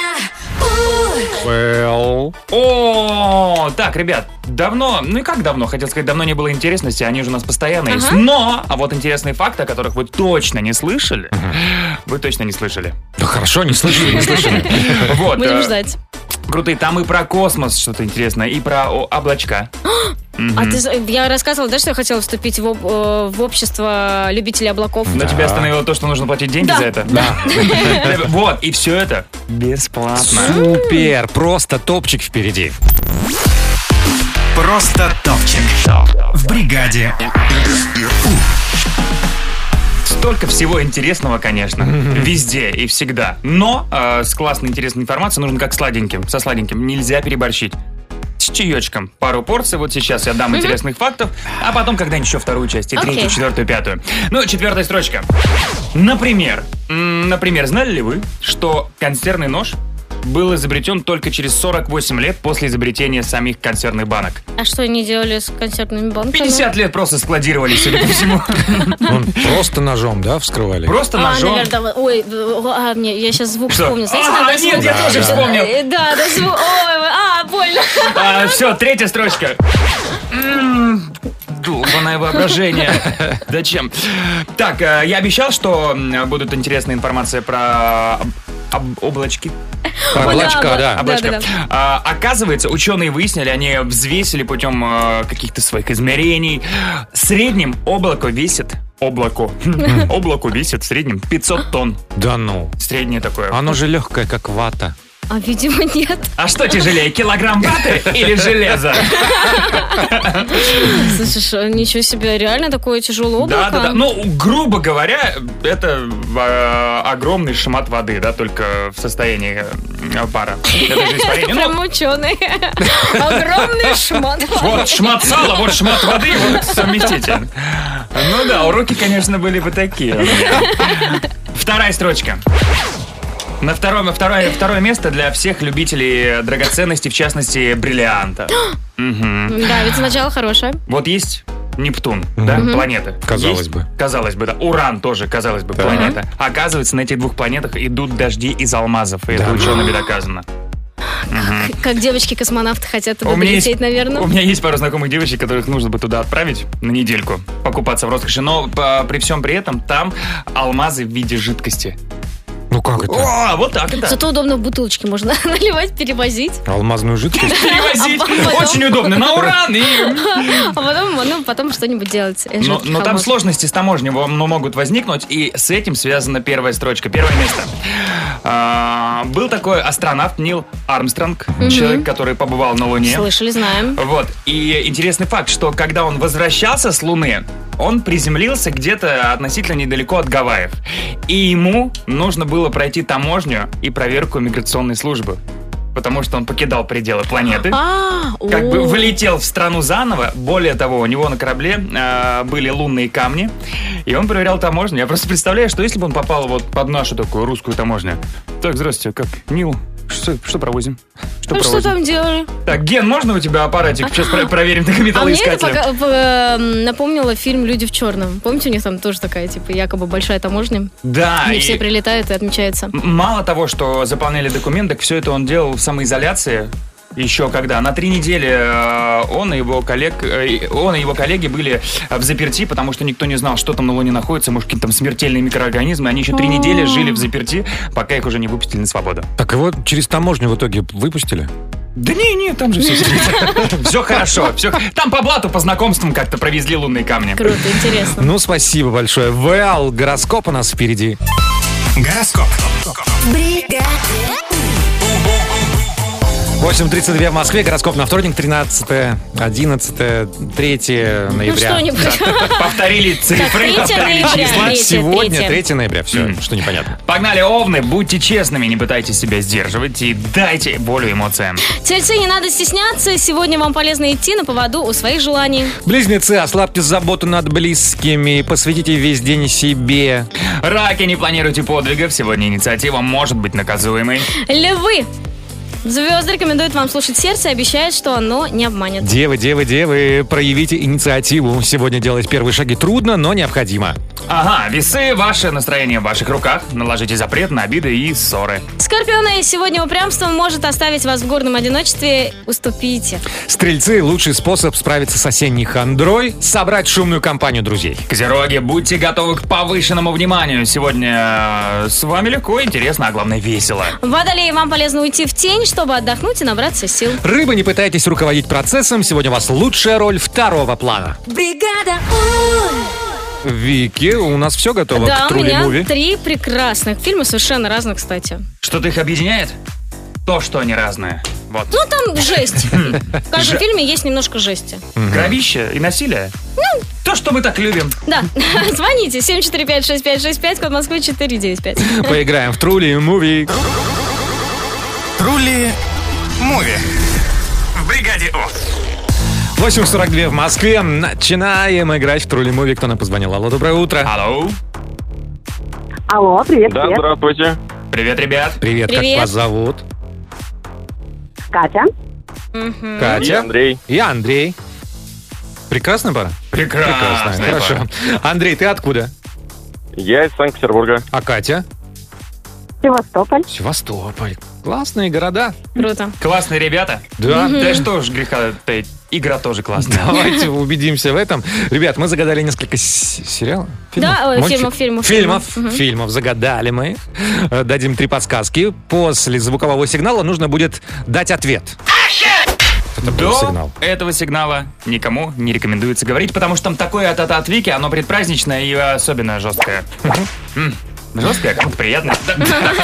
[SPEAKER 1] У!
[SPEAKER 3] Well.
[SPEAKER 4] О, так, ребят, давно, ну и как давно, хотел сказать, давно не было интересности, они же у нас постоянно есть.
[SPEAKER 5] Ага.
[SPEAKER 4] Но, а вот интересные факты, о которых вы точно не слышали, вы точно не слышали.
[SPEAKER 3] Да хорошо, не слышали, не слышали.
[SPEAKER 4] Вот.
[SPEAKER 5] Будем
[SPEAKER 4] э,
[SPEAKER 5] ждать.
[SPEAKER 4] Крутые, там и про космос что-то интересное, и про о, облачка.
[SPEAKER 5] А ты, за- я рассказывала, да, что я хотела вступить в, об- э, в общество любителей облаков?
[SPEAKER 4] Но тебя остановило то, что нужно платить деньги
[SPEAKER 5] Да.
[SPEAKER 4] за это.
[SPEAKER 3] Да.
[SPEAKER 4] Вот, и все это бесплатно.
[SPEAKER 3] Супер, просто топчик впереди.
[SPEAKER 6] Просто топчик. В бригаде.
[SPEAKER 4] Столько всего интересного, конечно, везде и всегда. Но э, с классной интересной информацией нужно как сладеньким, со сладеньким. Нельзя переборщить. С чаечком. Пару порций. Вот сейчас я дам интересных фактов, а потом когда-нибудь еще вторую часть, и
[SPEAKER 5] Окей.
[SPEAKER 4] третью, четвертую, пятую. Ну, четвертая строчка. Например, м, например, знали ли вы, что консервный нож был изобретен только через 48 лет после изобретения самих консервных банок.
[SPEAKER 5] А что они делали с консервными банками?
[SPEAKER 4] 50 лет просто складировали, судя по всему.
[SPEAKER 3] Он просто ножом, да, вскрывали?
[SPEAKER 4] Просто
[SPEAKER 5] А,
[SPEAKER 4] ножом.
[SPEAKER 5] наверное, давай- Ой, в- а, мне, я сейчас звук
[SPEAKER 4] Что?
[SPEAKER 5] вспомнил. Знаете,
[SPEAKER 4] А,
[SPEAKER 5] иногда
[SPEAKER 4] нет,
[SPEAKER 5] звук-
[SPEAKER 4] я тоже
[SPEAKER 5] Э,
[SPEAKER 4] вспомнил.
[SPEAKER 5] э, Да, да, звук. Ой, вы- а, больно.
[SPEAKER 4] все, третья строчка. М, Долбанное воображение. Зачем? Так, э, я обещал, что м, будут интересная информация про об- об- облачки.
[SPEAKER 3] Облачка, да.
[SPEAKER 4] Облачка.
[SPEAKER 5] да, да.
[SPEAKER 4] А, оказывается, ученые выяснили, они взвесили путем э, каких-то своих измерений. В среднем облако весит облако. Облако весит в среднем 500 тонн.
[SPEAKER 3] Да ну.
[SPEAKER 4] Среднее такое.
[SPEAKER 3] Оно же легкое, как вата.
[SPEAKER 5] А, видимо, нет.
[SPEAKER 4] А что тяжелее, килограмм ваты или железо?
[SPEAKER 5] Слышишь, э, ничего себе, реально такое тяжелое облако.
[SPEAKER 4] Да, да, да. Ну, грубо говоря, это э, огромный шмат воды, да, только в состоянии э, пара. Это же испарение.
[SPEAKER 5] Прям
[SPEAKER 4] Ну,
[SPEAKER 5] ученые. Огромный шмат.
[SPEAKER 4] вот шмат сала, вот шмат воды, вот совместитель. Ну да, уроки, конечно, были бы такие. Вторая строчка. На втором- второе, второе, место для всех любителей драгоценностей, в частности, бриллианта.
[SPEAKER 5] Да, ведь сначала хорошее.
[SPEAKER 4] Вот есть Нептун, да, планета.
[SPEAKER 3] Казалось
[SPEAKER 4] Есть?
[SPEAKER 3] бы.
[SPEAKER 4] Казалось бы, да. Уран тоже, казалось бы, планета. Оказывается, на этих двух планетах идут дожди из алмазов, и это учеными доказано.
[SPEAKER 5] Как девочки-космонавты хотят туда
[SPEAKER 4] У меня,
[SPEAKER 5] долететь,
[SPEAKER 4] есть,
[SPEAKER 5] наверное.
[SPEAKER 4] у меня есть пару знакомых девочек, которых нужно бы туда отправить на недельку, покупаться в роскоши, но а, при всем при этом там алмазы в виде жидкости.
[SPEAKER 3] Ну как это?
[SPEAKER 4] О, вот так это.
[SPEAKER 5] Зато удобно в бутылочке можно наливать, перевозить,
[SPEAKER 3] Алмазную жидкость?
[SPEAKER 4] Перевозить.
[SPEAKER 5] А потом-
[SPEAKER 4] Очень удобно. На уран и
[SPEAKER 5] а потом, ну, потом что-нибудь делать. из
[SPEAKER 4] Но,
[SPEAKER 5] жидких
[SPEAKER 4] но там
[SPEAKER 5] алмазов.
[SPEAKER 4] сложности с таможней во- ну, могут возникнуть, и с этим связана первая строчка, первое место. А, был такой астронавт Нил Армстронг, человек, который побывал на Луне.
[SPEAKER 5] Слышали, знаем.
[SPEAKER 4] Вот. И интересный факт, что когда он возвращался с Луны, он приземлился где-то относительно недалеко от Гавайев. И ему нужно было пройти таможню и проверку миграционной службы. Потому что он покидал пределы планеты
[SPEAKER 5] А,
[SPEAKER 4] как
[SPEAKER 5] о.
[SPEAKER 4] бы влетел в страну заново. Более того, у него на корабле э, были лунные камни, и он проверял таможню. Я просто представляю, что если бы он попал вот под нашу такую русскую таможню. Так, здравствуйте, как Нил? Что, что провозим? Что
[SPEAKER 5] Ну, что
[SPEAKER 4] провозим?
[SPEAKER 5] там делали?
[SPEAKER 4] Так, Ген, можно у тебя аппаратик? Сейчас про- проверим на
[SPEAKER 5] А мне это
[SPEAKER 4] металлоискателя.
[SPEAKER 5] пока- э, напомнило фильм «Люди в черном». Помните, у них там тоже такая, типа, якобы большая таможня?
[SPEAKER 4] Да,
[SPEAKER 5] и
[SPEAKER 4] А и-
[SPEAKER 5] все прилетают и отмечаются.
[SPEAKER 4] М- Мало того, что заполняли документы, все это он делал в самоизоляции. Еще когда? На три недели э, он и его коллег, э, и- он и его коллеги были э, в заперти, потому что никто не знал, что там на Луне находится, может, какие-то там смертельные микроорганизмы. Они еще три недели жили в заперти, пока их уже не выпустили на свободу.
[SPEAKER 3] Так его через таможню в итоге выпустили?
[SPEAKER 4] Да не, не, там же все Все хорошо. Все... Там по блату, по знакомствам как-то провезли лунные камни.
[SPEAKER 5] Круто, интересно.
[SPEAKER 3] Ну, спасибо большое. Вэл, гороскоп у нас впереди.
[SPEAKER 6] Гороскоп.
[SPEAKER 1] Бригада.
[SPEAKER 3] 8.32 в Москве, гороскоп на вторник, 13, 11, 3
[SPEAKER 5] Ну
[SPEAKER 3] ноября.
[SPEAKER 5] что-нибудь.
[SPEAKER 4] Повторили цифры,
[SPEAKER 5] Так, 3
[SPEAKER 4] повторили
[SPEAKER 5] ноября,
[SPEAKER 4] числа.
[SPEAKER 5] третье,
[SPEAKER 3] Сегодня
[SPEAKER 5] третье.
[SPEAKER 3] 3 ноября, все, что непонятно.
[SPEAKER 4] Погнали, овны, будьте честными, не пытайтесь себя сдерживать и дайте волю эмоциям.
[SPEAKER 5] Тельцы, не надо стесняться. Сегодня вам полезно идти на поводу у своих желаний.
[SPEAKER 3] Близнецы, ослабьте заботу над близкими, посвятите весь день себе.
[SPEAKER 4] Раки, не планируйте подвигов, сегодня инициатива может быть наказуемой.
[SPEAKER 5] Львы. Звезды рекомендуют вам слушать сердце и обещают, что оно не обманет.
[SPEAKER 3] Девы, девы, девы, проявите инициативу. Сегодня делать первые шаги трудно, но необходимо.
[SPEAKER 4] Ага, весы, ваше настроение в ваших руках, наложите запрет на обиды и ссоры.
[SPEAKER 5] Скорпионы, сегодня упрямство может оставить вас в горном одиночестве. Уступите.
[SPEAKER 3] Стрельцы – лучший способ справиться с осенней хандрой – собрать шумную компанию друзей.
[SPEAKER 4] Козероги, будьте готовы к повышенному вниманию. Сегодня э, с вами легко, интересно, а главное весело.
[SPEAKER 5] Водолеи, вам полезно уйти в тень, чтобы отдохнуть и набраться сил.
[SPEAKER 3] Рыбы, не пытайтесь руководить процессом, сегодня у вас лучшая роль второго плана.
[SPEAKER 1] Бригада У.
[SPEAKER 3] Вики, у нас все готово
[SPEAKER 5] да,
[SPEAKER 3] к
[SPEAKER 5] у
[SPEAKER 3] Трули
[SPEAKER 5] меня
[SPEAKER 3] Муви.
[SPEAKER 5] три прекрасных фильма, совершенно разных, кстати.
[SPEAKER 4] Что-то их объединяет? То, что они разные. Вот.
[SPEAKER 5] Ну, там жесть. В каждом
[SPEAKER 4] Же-
[SPEAKER 5] фильме есть немножко жести.
[SPEAKER 4] Гробище и насилие? То, что мы так любим.
[SPEAKER 5] Да, звоните 745-6565, код Москвы 495.
[SPEAKER 3] Поиграем в Трули Муви.
[SPEAKER 6] Трули Муви. В бригаде У.
[SPEAKER 3] 8.42 в Москве. Начинаем играть в Трули Муви. Кто нам позвонил? Алло, доброе утро.
[SPEAKER 4] Алло.
[SPEAKER 13] Алло, привет,
[SPEAKER 9] Да,
[SPEAKER 13] привет.
[SPEAKER 9] здравствуйте.
[SPEAKER 4] Привет, ребят.
[SPEAKER 3] Привет,
[SPEAKER 13] Привет.
[SPEAKER 3] как вас зовут?
[SPEAKER 13] Катя.
[SPEAKER 3] Катя.
[SPEAKER 9] И Андрей.
[SPEAKER 3] И Андрей. Прекрасная пара?
[SPEAKER 9] А,
[SPEAKER 4] Прекрасная пара.
[SPEAKER 3] Хорошо. Андрей, ты откуда?
[SPEAKER 9] Я из Санкт-Петербурга.
[SPEAKER 3] А Катя?
[SPEAKER 13] Севастополь.
[SPEAKER 3] Севастополь. Классные города.
[SPEAKER 5] Круто.
[SPEAKER 4] Классные ребята. А,
[SPEAKER 3] Да.
[SPEAKER 4] Да что ж греха таить, игра тоже классная.
[SPEAKER 3] Давайте убедимся в этом. Ребят, мы загадали несколько с- сериалов.
[SPEAKER 5] Да, э,
[SPEAKER 3] Мультфи-
[SPEAKER 5] фильмов, фильмов,
[SPEAKER 3] Фильмов,
[SPEAKER 5] фильмов. Мгм.
[SPEAKER 3] фильмов. Загадали мы. Э, Дадим три подсказки. После звукового сигнала нужно будет дать ответ. Это был
[SPEAKER 4] До
[SPEAKER 3] сигнал.
[SPEAKER 4] этого сигнала никому не рекомендуется говорить, потому что там такое от от Вики, оно предпраздничное и особенно жесткое. М, Жесткое, как приятно.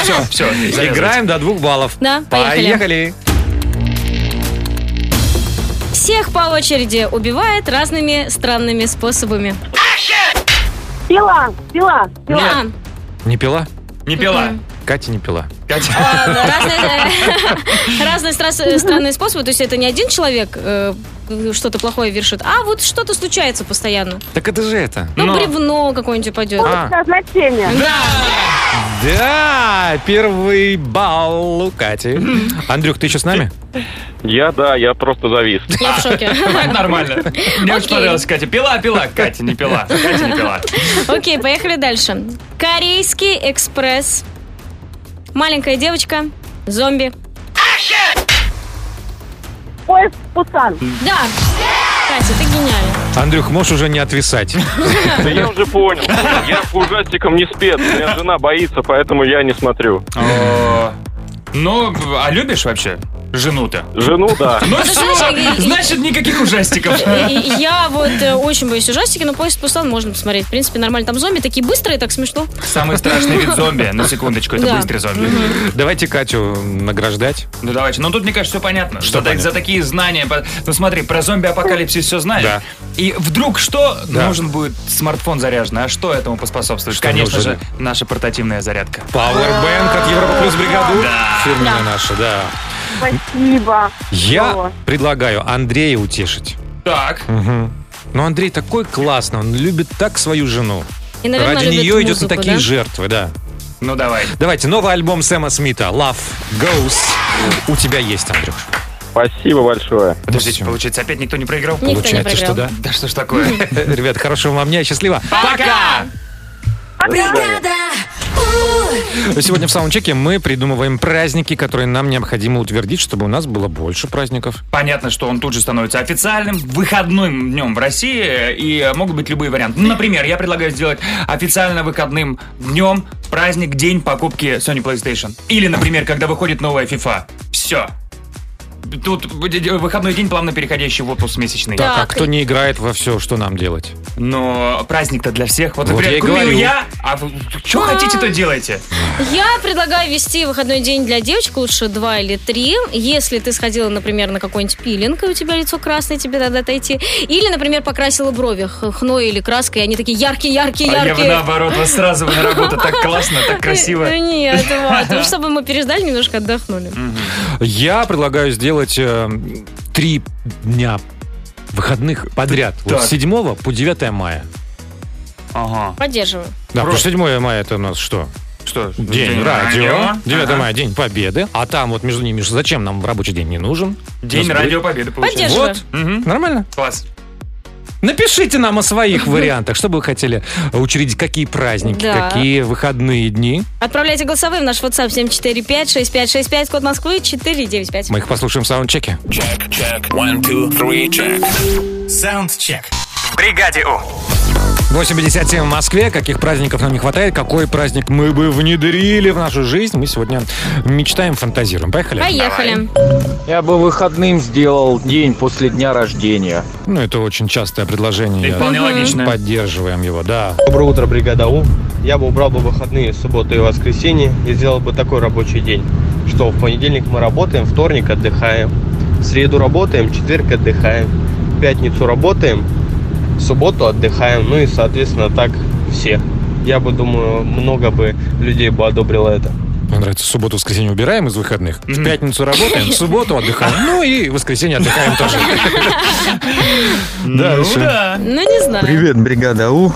[SPEAKER 4] Все, все,
[SPEAKER 3] Играем до двух баллов.
[SPEAKER 5] Да, поехали.
[SPEAKER 3] Поехали.
[SPEAKER 5] Всех по очереди убивает разными странными способами.
[SPEAKER 13] Пила, пила, пила.
[SPEAKER 5] А,
[SPEAKER 3] Не пила?
[SPEAKER 4] Не пила.
[SPEAKER 3] Катя не пила.
[SPEAKER 4] Катя.
[SPEAKER 5] а, да, разные- Разные стра- странные способы. То есть это не один человек э, что-то плохое вершит, а вот что-то случается постоянно.
[SPEAKER 3] Так это же это.
[SPEAKER 5] Ну,
[SPEAKER 4] Но-
[SPEAKER 5] бревно какое-нибудь упадет.
[SPEAKER 3] А.
[SPEAKER 13] Значение.
[SPEAKER 3] Да, первый балл у Кати. Андрюх, ты еще с нами?
[SPEAKER 9] Я, да, я просто завис.
[SPEAKER 5] Я в шоке.
[SPEAKER 4] Так нормально. Мне очень
[SPEAKER 5] Окей.
[SPEAKER 4] понравилось, Катя. Пила, пила. Катя не пила. Катя не пила.
[SPEAKER 5] Окей, поехали дальше. Корейский экспресс. Маленькая девочка. Зомби.
[SPEAKER 13] Поезд в Пусан.
[SPEAKER 5] Да. Катя, ты гениальна.
[SPEAKER 3] Андрюх, можешь уже не отвисать.
[SPEAKER 9] Да я уже понял. Я по ужастикам не спец. Меня жена боится, поэтому я не смотрю.
[SPEAKER 4] О, Ну, а любишь вообще жену-то?
[SPEAKER 9] Жену, да.
[SPEAKER 4] Ну
[SPEAKER 5] Ты
[SPEAKER 4] что,
[SPEAKER 5] знаешь,
[SPEAKER 4] значит никаких ужастиков.
[SPEAKER 5] И- и Я вот э, очень боюсь ужастики, но поезд в Пусан можно посмотреть. В принципе, нормально. Там зомби такие быстрые, так смешно.
[SPEAKER 4] Самый страшный вид зомби, на секундочку, это
[SPEAKER 5] Да.
[SPEAKER 4] быстрый зомби.
[SPEAKER 3] Давайте Катю награждать.
[SPEAKER 4] Ну давайте, ну тут мне кажется все понятно.
[SPEAKER 3] Что
[SPEAKER 4] за,
[SPEAKER 3] понятно?
[SPEAKER 4] за такие знания, по- ну смотри, про зомби-апокалипсис все знаешь.
[SPEAKER 3] Да.
[SPEAKER 4] И вдруг что?
[SPEAKER 3] Да.
[SPEAKER 4] Нужен будет смартфон заряженный. А что этому поспособствует?
[SPEAKER 3] Что
[SPEAKER 4] Конечно
[SPEAKER 3] нужно?
[SPEAKER 4] же, наша портативная зарядка.
[SPEAKER 3] Пауэрбэнк от Европа Плюс бригаду.
[SPEAKER 4] Да.
[SPEAKER 3] Фирменная наша, да.
[SPEAKER 13] Спасибо.
[SPEAKER 3] Я
[SPEAKER 13] Здорово.
[SPEAKER 3] предлагаю Андрея утешить.
[SPEAKER 4] Так.
[SPEAKER 3] Но Андрей такой классный, он любит так свою жену.
[SPEAKER 5] И, наверное,
[SPEAKER 3] Ради
[SPEAKER 5] любит
[SPEAKER 3] нее идет на
[SPEAKER 5] музыку,
[SPEAKER 3] такие
[SPEAKER 5] да?
[SPEAKER 3] жертвы, да.
[SPEAKER 4] Ну давай.
[SPEAKER 3] Давайте, новый альбом Сэма Смита «Love Goes» у тебя есть, Андрюш.
[SPEAKER 14] Спасибо большое.
[SPEAKER 4] Подождите, получается, опять никто не проиграл?
[SPEAKER 5] Никто не
[SPEAKER 3] Получается, что да.
[SPEAKER 5] проиграл.
[SPEAKER 4] Да что ж такое?
[SPEAKER 3] Ребят, Э, хорошего вам дня и счастливо.
[SPEAKER 4] Пока!
[SPEAKER 3] Сегодня в саундчеке мы придумываем праздники, которые нам необходимо утвердить, чтобы у нас было больше праздников.
[SPEAKER 4] Понятно, что он тут же становится официальным, выходным днем в России, э, и э, могут быть любые варианты. Ну, Например, я предлагаю сделать официально выходным днем праздник День покупки Sony PlayStation. Или, например, когда выходит новая FIFA. Все. Тут д- д- выходной день, плавно переходящий в отпуск месячный.
[SPEAKER 3] Так, а кто не играет во все, что нам делать?
[SPEAKER 4] Но праздник-то для всех. Вот,
[SPEAKER 3] Вот
[SPEAKER 4] например,
[SPEAKER 3] я и
[SPEAKER 4] курю
[SPEAKER 3] говорю.
[SPEAKER 4] я, а вы что хотите, то делайте.
[SPEAKER 5] Я предлагаю вести выходной день для девочек, лучше два или три. Если ты сходила, например, на какой-нибудь пилинг, и у тебя лицо красное, тебе надо отойти. Или, например, покрасила брови х- хной или краской, и они такие яркие-яркие-яркие.
[SPEAKER 4] А я бы наоборот, вот сразу бы на работу. Так классно, так красиво.
[SPEAKER 5] Ну, Нет, вот. Уж чтобы мы переждали, немножко отдохнули.
[SPEAKER 3] Я предлагаю сделать э, три дня выходных подряд. Вот
[SPEAKER 4] Так.
[SPEAKER 3] с 7 по 9 мая.
[SPEAKER 4] Ага.
[SPEAKER 5] Поддерживаю.
[SPEAKER 3] Да, потому
[SPEAKER 4] Просто-
[SPEAKER 3] что 7 мая это у нас что?
[SPEAKER 4] Что?
[SPEAKER 3] День,
[SPEAKER 4] День
[SPEAKER 3] радио.
[SPEAKER 4] радио.
[SPEAKER 3] 9
[SPEAKER 4] Ага.
[SPEAKER 3] мая день победы. А там вот между ними, зачем нам рабочий день не нужен?
[SPEAKER 4] День
[SPEAKER 3] У нас
[SPEAKER 4] Радио
[SPEAKER 3] будет-
[SPEAKER 4] Победы получается.
[SPEAKER 5] Поддерживаю.
[SPEAKER 3] Вот. Нормально?
[SPEAKER 4] Класс.
[SPEAKER 3] Напишите нам о своих вариантах, что бы вы хотели учредить, какие праздники,
[SPEAKER 5] Да.
[SPEAKER 3] какие выходные дни.
[SPEAKER 5] Отправляйте голосовые в наш WhatsApp 745-6565, код Москвы 495.
[SPEAKER 3] Мы их послушаем в саундчеке.
[SPEAKER 6] Саундчек. В бригаде У.
[SPEAKER 3] 8.57 в Москве. Каких праздников нам не хватает? Какой праздник мы бы внедрили в нашу жизнь? Мы сегодня мечтаем, фантазируем. Поехали?
[SPEAKER 5] Поехали.
[SPEAKER 14] Я бы выходным сделал день после дня рождения.
[SPEAKER 3] Ну, это очень частое предложение.
[SPEAKER 4] И вполне Мгм. логично.
[SPEAKER 3] Поддерживаем его, да.
[SPEAKER 15] Доброе утро, бригада У. Я бы убрал бы выходные субботу и воскресенье и сделал бы такой рабочий день, что в понедельник мы работаем, вторник отдыхаем, в среду работаем, четверг отдыхаем, в пятницу работаем, в субботу отдыхаем, ну и, соответственно, так все. Я бы, думаю, много бы людей бы одобрило это.
[SPEAKER 3] Мне нравится, субботу, воскресенье убираем из выходных, в пятницу работаем, в субботу отдыхаем, ну и в воскресенье отдыхаем тоже.
[SPEAKER 16] Дальше.
[SPEAKER 5] Ну, не знаю.
[SPEAKER 16] Привет, бригада У.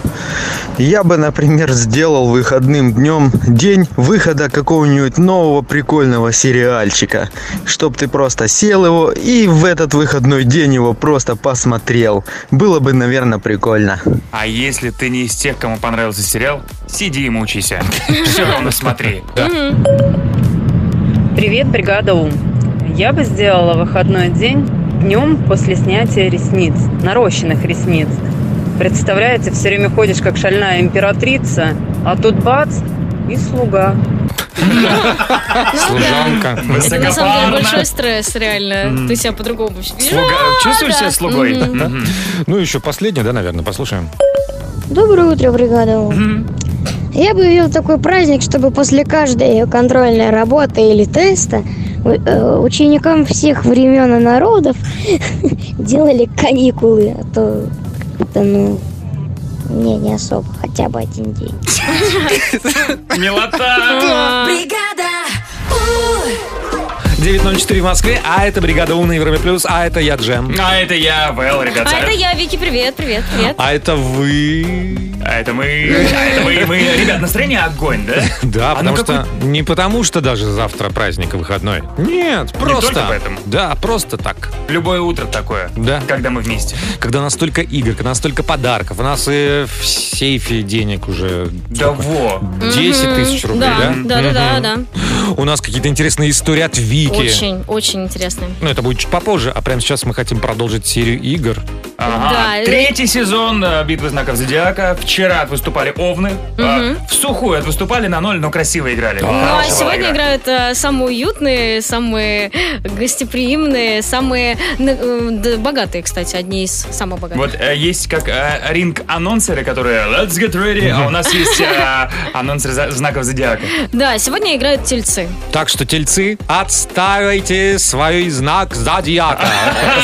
[SPEAKER 16] Я бы, например, сделал выходным днем день выхода какого-нибудь нового прикольного сериальчика, чтоб ты просто сел его и в этот выходной день его просто посмотрел. Было бы, наверное, прикольно.
[SPEAKER 4] А если ты не из тех, кому понравился сериал, сиди и мучайся. Все равно смотри.
[SPEAKER 17] Привет, бригада У. Я бы сделала выходной день днем после снятия ресниц, нарощенных ресниц. Представляете, все время ходишь как шальная императрица, а тут бац и слуга.
[SPEAKER 3] Служанка.
[SPEAKER 5] Это на самом деле большой стресс, реально. Ты себя по-другому вообще- А, да. Мгм.
[SPEAKER 3] Ну, еще последнее, да, наверное, послушаем.
[SPEAKER 18] Доброе утро, бригада. У. Я бы ввел такой праздник, чтобы после каждой контрольной работы или теста у- э, ученикам всех времен и народов делали каникулы, а то как-то, ну, не, не особо, хотя бы один день.
[SPEAKER 4] Милота!
[SPEAKER 1] Бригада!
[SPEAKER 3] 9.04 в Москве, а это «Бригада У» на Европе Плюс, а это я, Джем.
[SPEAKER 4] А это я, Вэл, ребят.
[SPEAKER 5] А это я, Вики, привет, привет, привет.
[SPEAKER 3] А это вы...
[SPEAKER 4] А это мы, а это мы, мы. Ребят, настроение огонь, да?
[SPEAKER 3] Да,
[SPEAKER 4] А
[SPEAKER 3] потому
[SPEAKER 4] ну
[SPEAKER 3] что... Не потому что даже завтра праздник и выходной. Нет, просто...
[SPEAKER 4] только поэтому.
[SPEAKER 3] Да, просто так.
[SPEAKER 4] Любое утро такое.
[SPEAKER 3] Да.
[SPEAKER 4] Когда мы вместе.
[SPEAKER 3] Когда нас столько игр, когда нас столько подарков, у нас и в сейфе денег уже... Да
[SPEAKER 4] во!
[SPEAKER 3] 10 тысяч рублей, да?
[SPEAKER 5] Да, да, да,
[SPEAKER 3] Мгм.
[SPEAKER 5] да.
[SPEAKER 3] У нас какие-то интересные истории от Вики.
[SPEAKER 5] Очень, очень интересно.
[SPEAKER 3] Ну, это будет чуть попозже, а прямо сейчас мы хотим продолжить серию игр.
[SPEAKER 5] Да.
[SPEAKER 4] Ага. Третий сезон э, «Битвы знаков зодиака». Вчера отвыступали овны. э, В сухую отвыступали на ноль, но красиво играли.
[SPEAKER 5] Ну а
[SPEAKER 4] Хорошая
[SPEAKER 5] сегодня
[SPEAKER 4] игра.
[SPEAKER 5] играют э, самые уютные, самые гостеприимные, самые на- э, да, богатые, кстати, одни из самых богатых.
[SPEAKER 4] Вот э, есть как э, ринг-анонсеры, которые «Let's get ready», а у нас есть э, анонсеры за- знаков зодиака.
[SPEAKER 5] Да, сегодня играют тельцы.
[SPEAKER 3] Так что, тельцы, отстаивайте свой знак зодиака.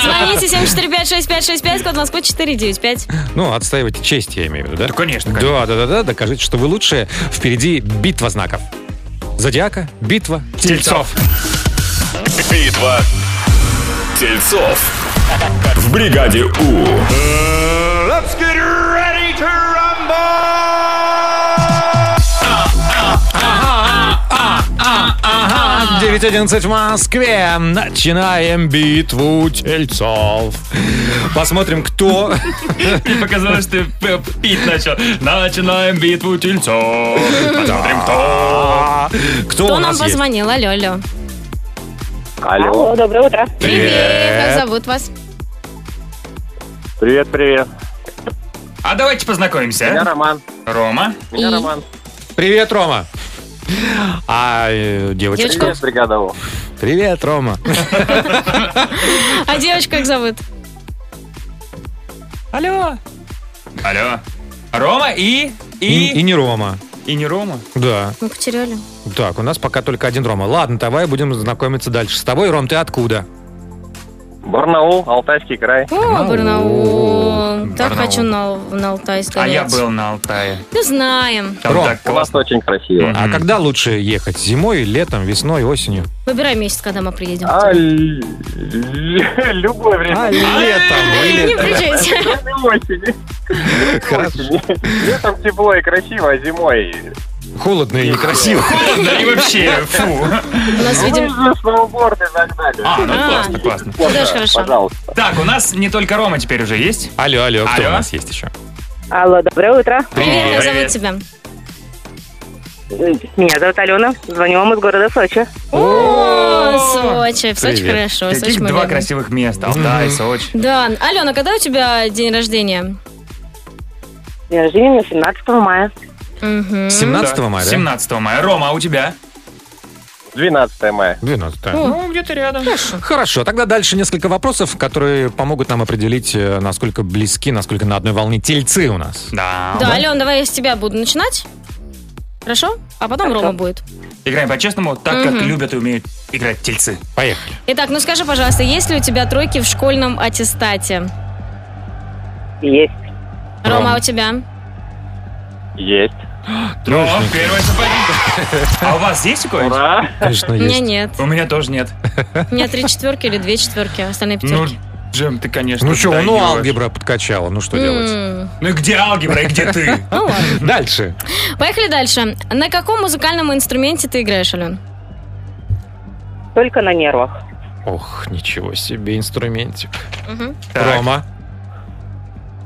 [SPEAKER 5] Звоните 745-6565, код Москвы 495.
[SPEAKER 3] Ну, отстаивайте честь, я имею в виду, да?
[SPEAKER 4] конечно,
[SPEAKER 3] Да, да, да, да, докажите, что вы лучшие. Впереди битва знаков. Зодиака, битва тельцов.
[SPEAKER 19] Битва тельцов в бригаде У.
[SPEAKER 7] Let's get ready to rumble!
[SPEAKER 5] А.
[SPEAKER 3] 9.11 в Москве. Начинаем битву тельцов. Посмотрим, кто...
[SPEAKER 4] Мне показалось, ты п- пить начал. Начинаем битву тельцов. Посмотрим, кто.
[SPEAKER 5] Кто нам позвонил? Алло, алло.
[SPEAKER 13] Алло, доброе утро.
[SPEAKER 5] Привет. Как зовут вас?
[SPEAKER 4] Привет, привет. А давайте познакомимся. Я Роман. Рома.
[SPEAKER 5] Я И? Роман.
[SPEAKER 3] Привет, Рома. А э, девочка?
[SPEAKER 5] Девочка. Привет,
[SPEAKER 3] бригада Привет, Рома.
[SPEAKER 5] А девочку как зовут?
[SPEAKER 4] Алло. Алло. Рома и...
[SPEAKER 3] И, и не Рома.
[SPEAKER 4] И не Рома?
[SPEAKER 3] Да.
[SPEAKER 5] Мы потеряли.
[SPEAKER 3] Так, у нас пока только один Рома. Ладно, давай будем знакомиться дальше. С тобой, Ром, ты откуда?
[SPEAKER 12] Барнаул, Алтайский край.
[SPEAKER 5] О, Барнаул. Так
[SPEAKER 12] Барнаул.
[SPEAKER 5] хочу на, на Алтай
[SPEAKER 4] А
[SPEAKER 5] сгонять.
[SPEAKER 4] я был на Алтае.
[SPEAKER 5] Ну, знаем.
[SPEAKER 3] Ром,
[SPEAKER 12] У вас очень красиво.
[SPEAKER 3] а когда лучше ехать? Зимой, летом, весной, осенью?
[SPEAKER 5] Выбирай месяц, когда мы приедем.
[SPEAKER 12] А, л- л- любое время.
[SPEAKER 3] А, летом,
[SPEAKER 5] Не прижись.
[SPEAKER 12] Летом тепло и красиво, а зимой...
[SPEAKER 3] Холодно и некрасиво.
[SPEAKER 4] Холодно и вообще, фу.
[SPEAKER 5] У нас, видим...
[SPEAKER 12] Ну, сноуборд и так далее.
[SPEAKER 4] А, ну классно, классно.
[SPEAKER 5] Тоже хорошо.
[SPEAKER 12] Пожалуйста.
[SPEAKER 4] Так, у нас не только Рома теперь уже есть.
[SPEAKER 3] Алло, алло,
[SPEAKER 4] кто у
[SPEAKER 3] нас есть еще?
[SPEAKER 13] Алло, доброе утро.
[SPEAKER 5] Привет, как зовут
[SPEAKER 4] Привет.
[SPEAKER 5] тебя?
[SPEAKER 13] Меня зовут Алена. Звоню вам из города Сочи.
[SPEAKER 5] О, Сочи. В Сочи
[SPEAKER 4] Привет.
[SPEAKER 5] хорошо. в Сочи
[SPEAKER 4] Каких
[SPEAKER 5] мы
[SPEAKER 4] два
[SPEAKER 5] любим.
[SPEAKER 4] красивых места. Алтай, Сочи.
[SPEAKER 5] Да, Алена, когда у тебя день рождения?
[SPEAKER 13] День рождения мне 17 мая.
[SPEAKER 5] Мгм.
[SPEAKER 3] 17
[SPEAKER 4] Да,
[SPEAKER 3] мая, да?
[SPEAKER 4] 17 мая. Рома, а у тебя?
[SPEAKER 12] 12 мая.
[SPEAKER 3] 12
[SPEAKER 4] Ну, где-то рядом.
[SPEAKER 3] Хорошо, тогда дальше несколько вопросов, которые помогут нам определить, э, насколько близки, насколько на одной волне тельцы у нас.
[SPEAKER 4] Да.
[SPEAKER 5] Да, Алена, давай я с тебя буду начинать. Хорошо? А потом Рома будет.
[SPEAKER 4] Играем по-честному, так как
[SPEAKER 5] Мгм.
[SPEAKER 4] любят и умеют играть тельцы.
[SPEAKER 3] Поехали.
[SPEAKER 5] Итак, ну скажи, пожалуйста, есть ли у тебя тройки в школьном аттестате?
[SPEAKER 13] Есть.
[SPEAKER 5] Рома, а у тебя?
[SPEAKER 12] Есть.
[SPEAKER 4] О, первая совпадение. А у вас есть у кого-нибудь?
[SPEAKER 3] Конечно,
[SPEAKER 5] У меня нет.
[SPEAKER 4] У меня тоже нет.
[SPEAKER 5] У меня три четверки или две четверки, а остальные
[SPEAKER 4] Ну,
[SPEAKER 5] пятерки.
[SPEAKER 4] Джем, ты, конечно,
[SPEAKER 3] Ну что, ну
[SPEAKER 4] даёшь.
[SPEAKER 3] алгебра подкачала, ну что делать?
[SPEAKER 5] М.
[SPEAKER 4] Ну и где алгебра, и где ты?
[SPEAKER 3] Дальше.
[SPEAKER 5] Поехали дальше. На каком музыкальном инструменте ты играешь, Ален?
[SPEAKER 13] Только на нервах.
[SPEAKER 3] Ох, ничего себе, инструментик.
[SPEAKER 5] Мгм.
[SPEAKER 3] Рома.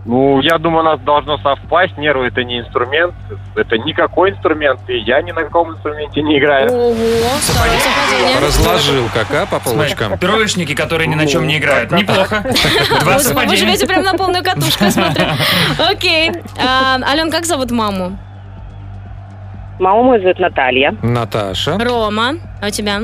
[SPEAKER 12] Ну, я думаю, у нас должно совпасть. Нервы это не инструмент. Это никакой инструмент. И я ни на каком инструменте не играю.
[SPEAKER 5] Ого, второе совпадение.
[SPEAKER 3] Разложил как, а, по полочкам?
[SPEAKER 4] Пирожники, которые ни на чем не играют. Неплохо. Два
[SPEAKER 5] Вы, вы живете
[SPEAKER 4] совпадения.
[SPEAKER 5] прям на полную катушку, я смотрю. Окей. А, Ален, как зовут маму?
[SPEAKER 13] Маму мою зовут Наталья.
[SPEAKER 3] Наташа.
[SPEAKER 5] Рома. А у тебя?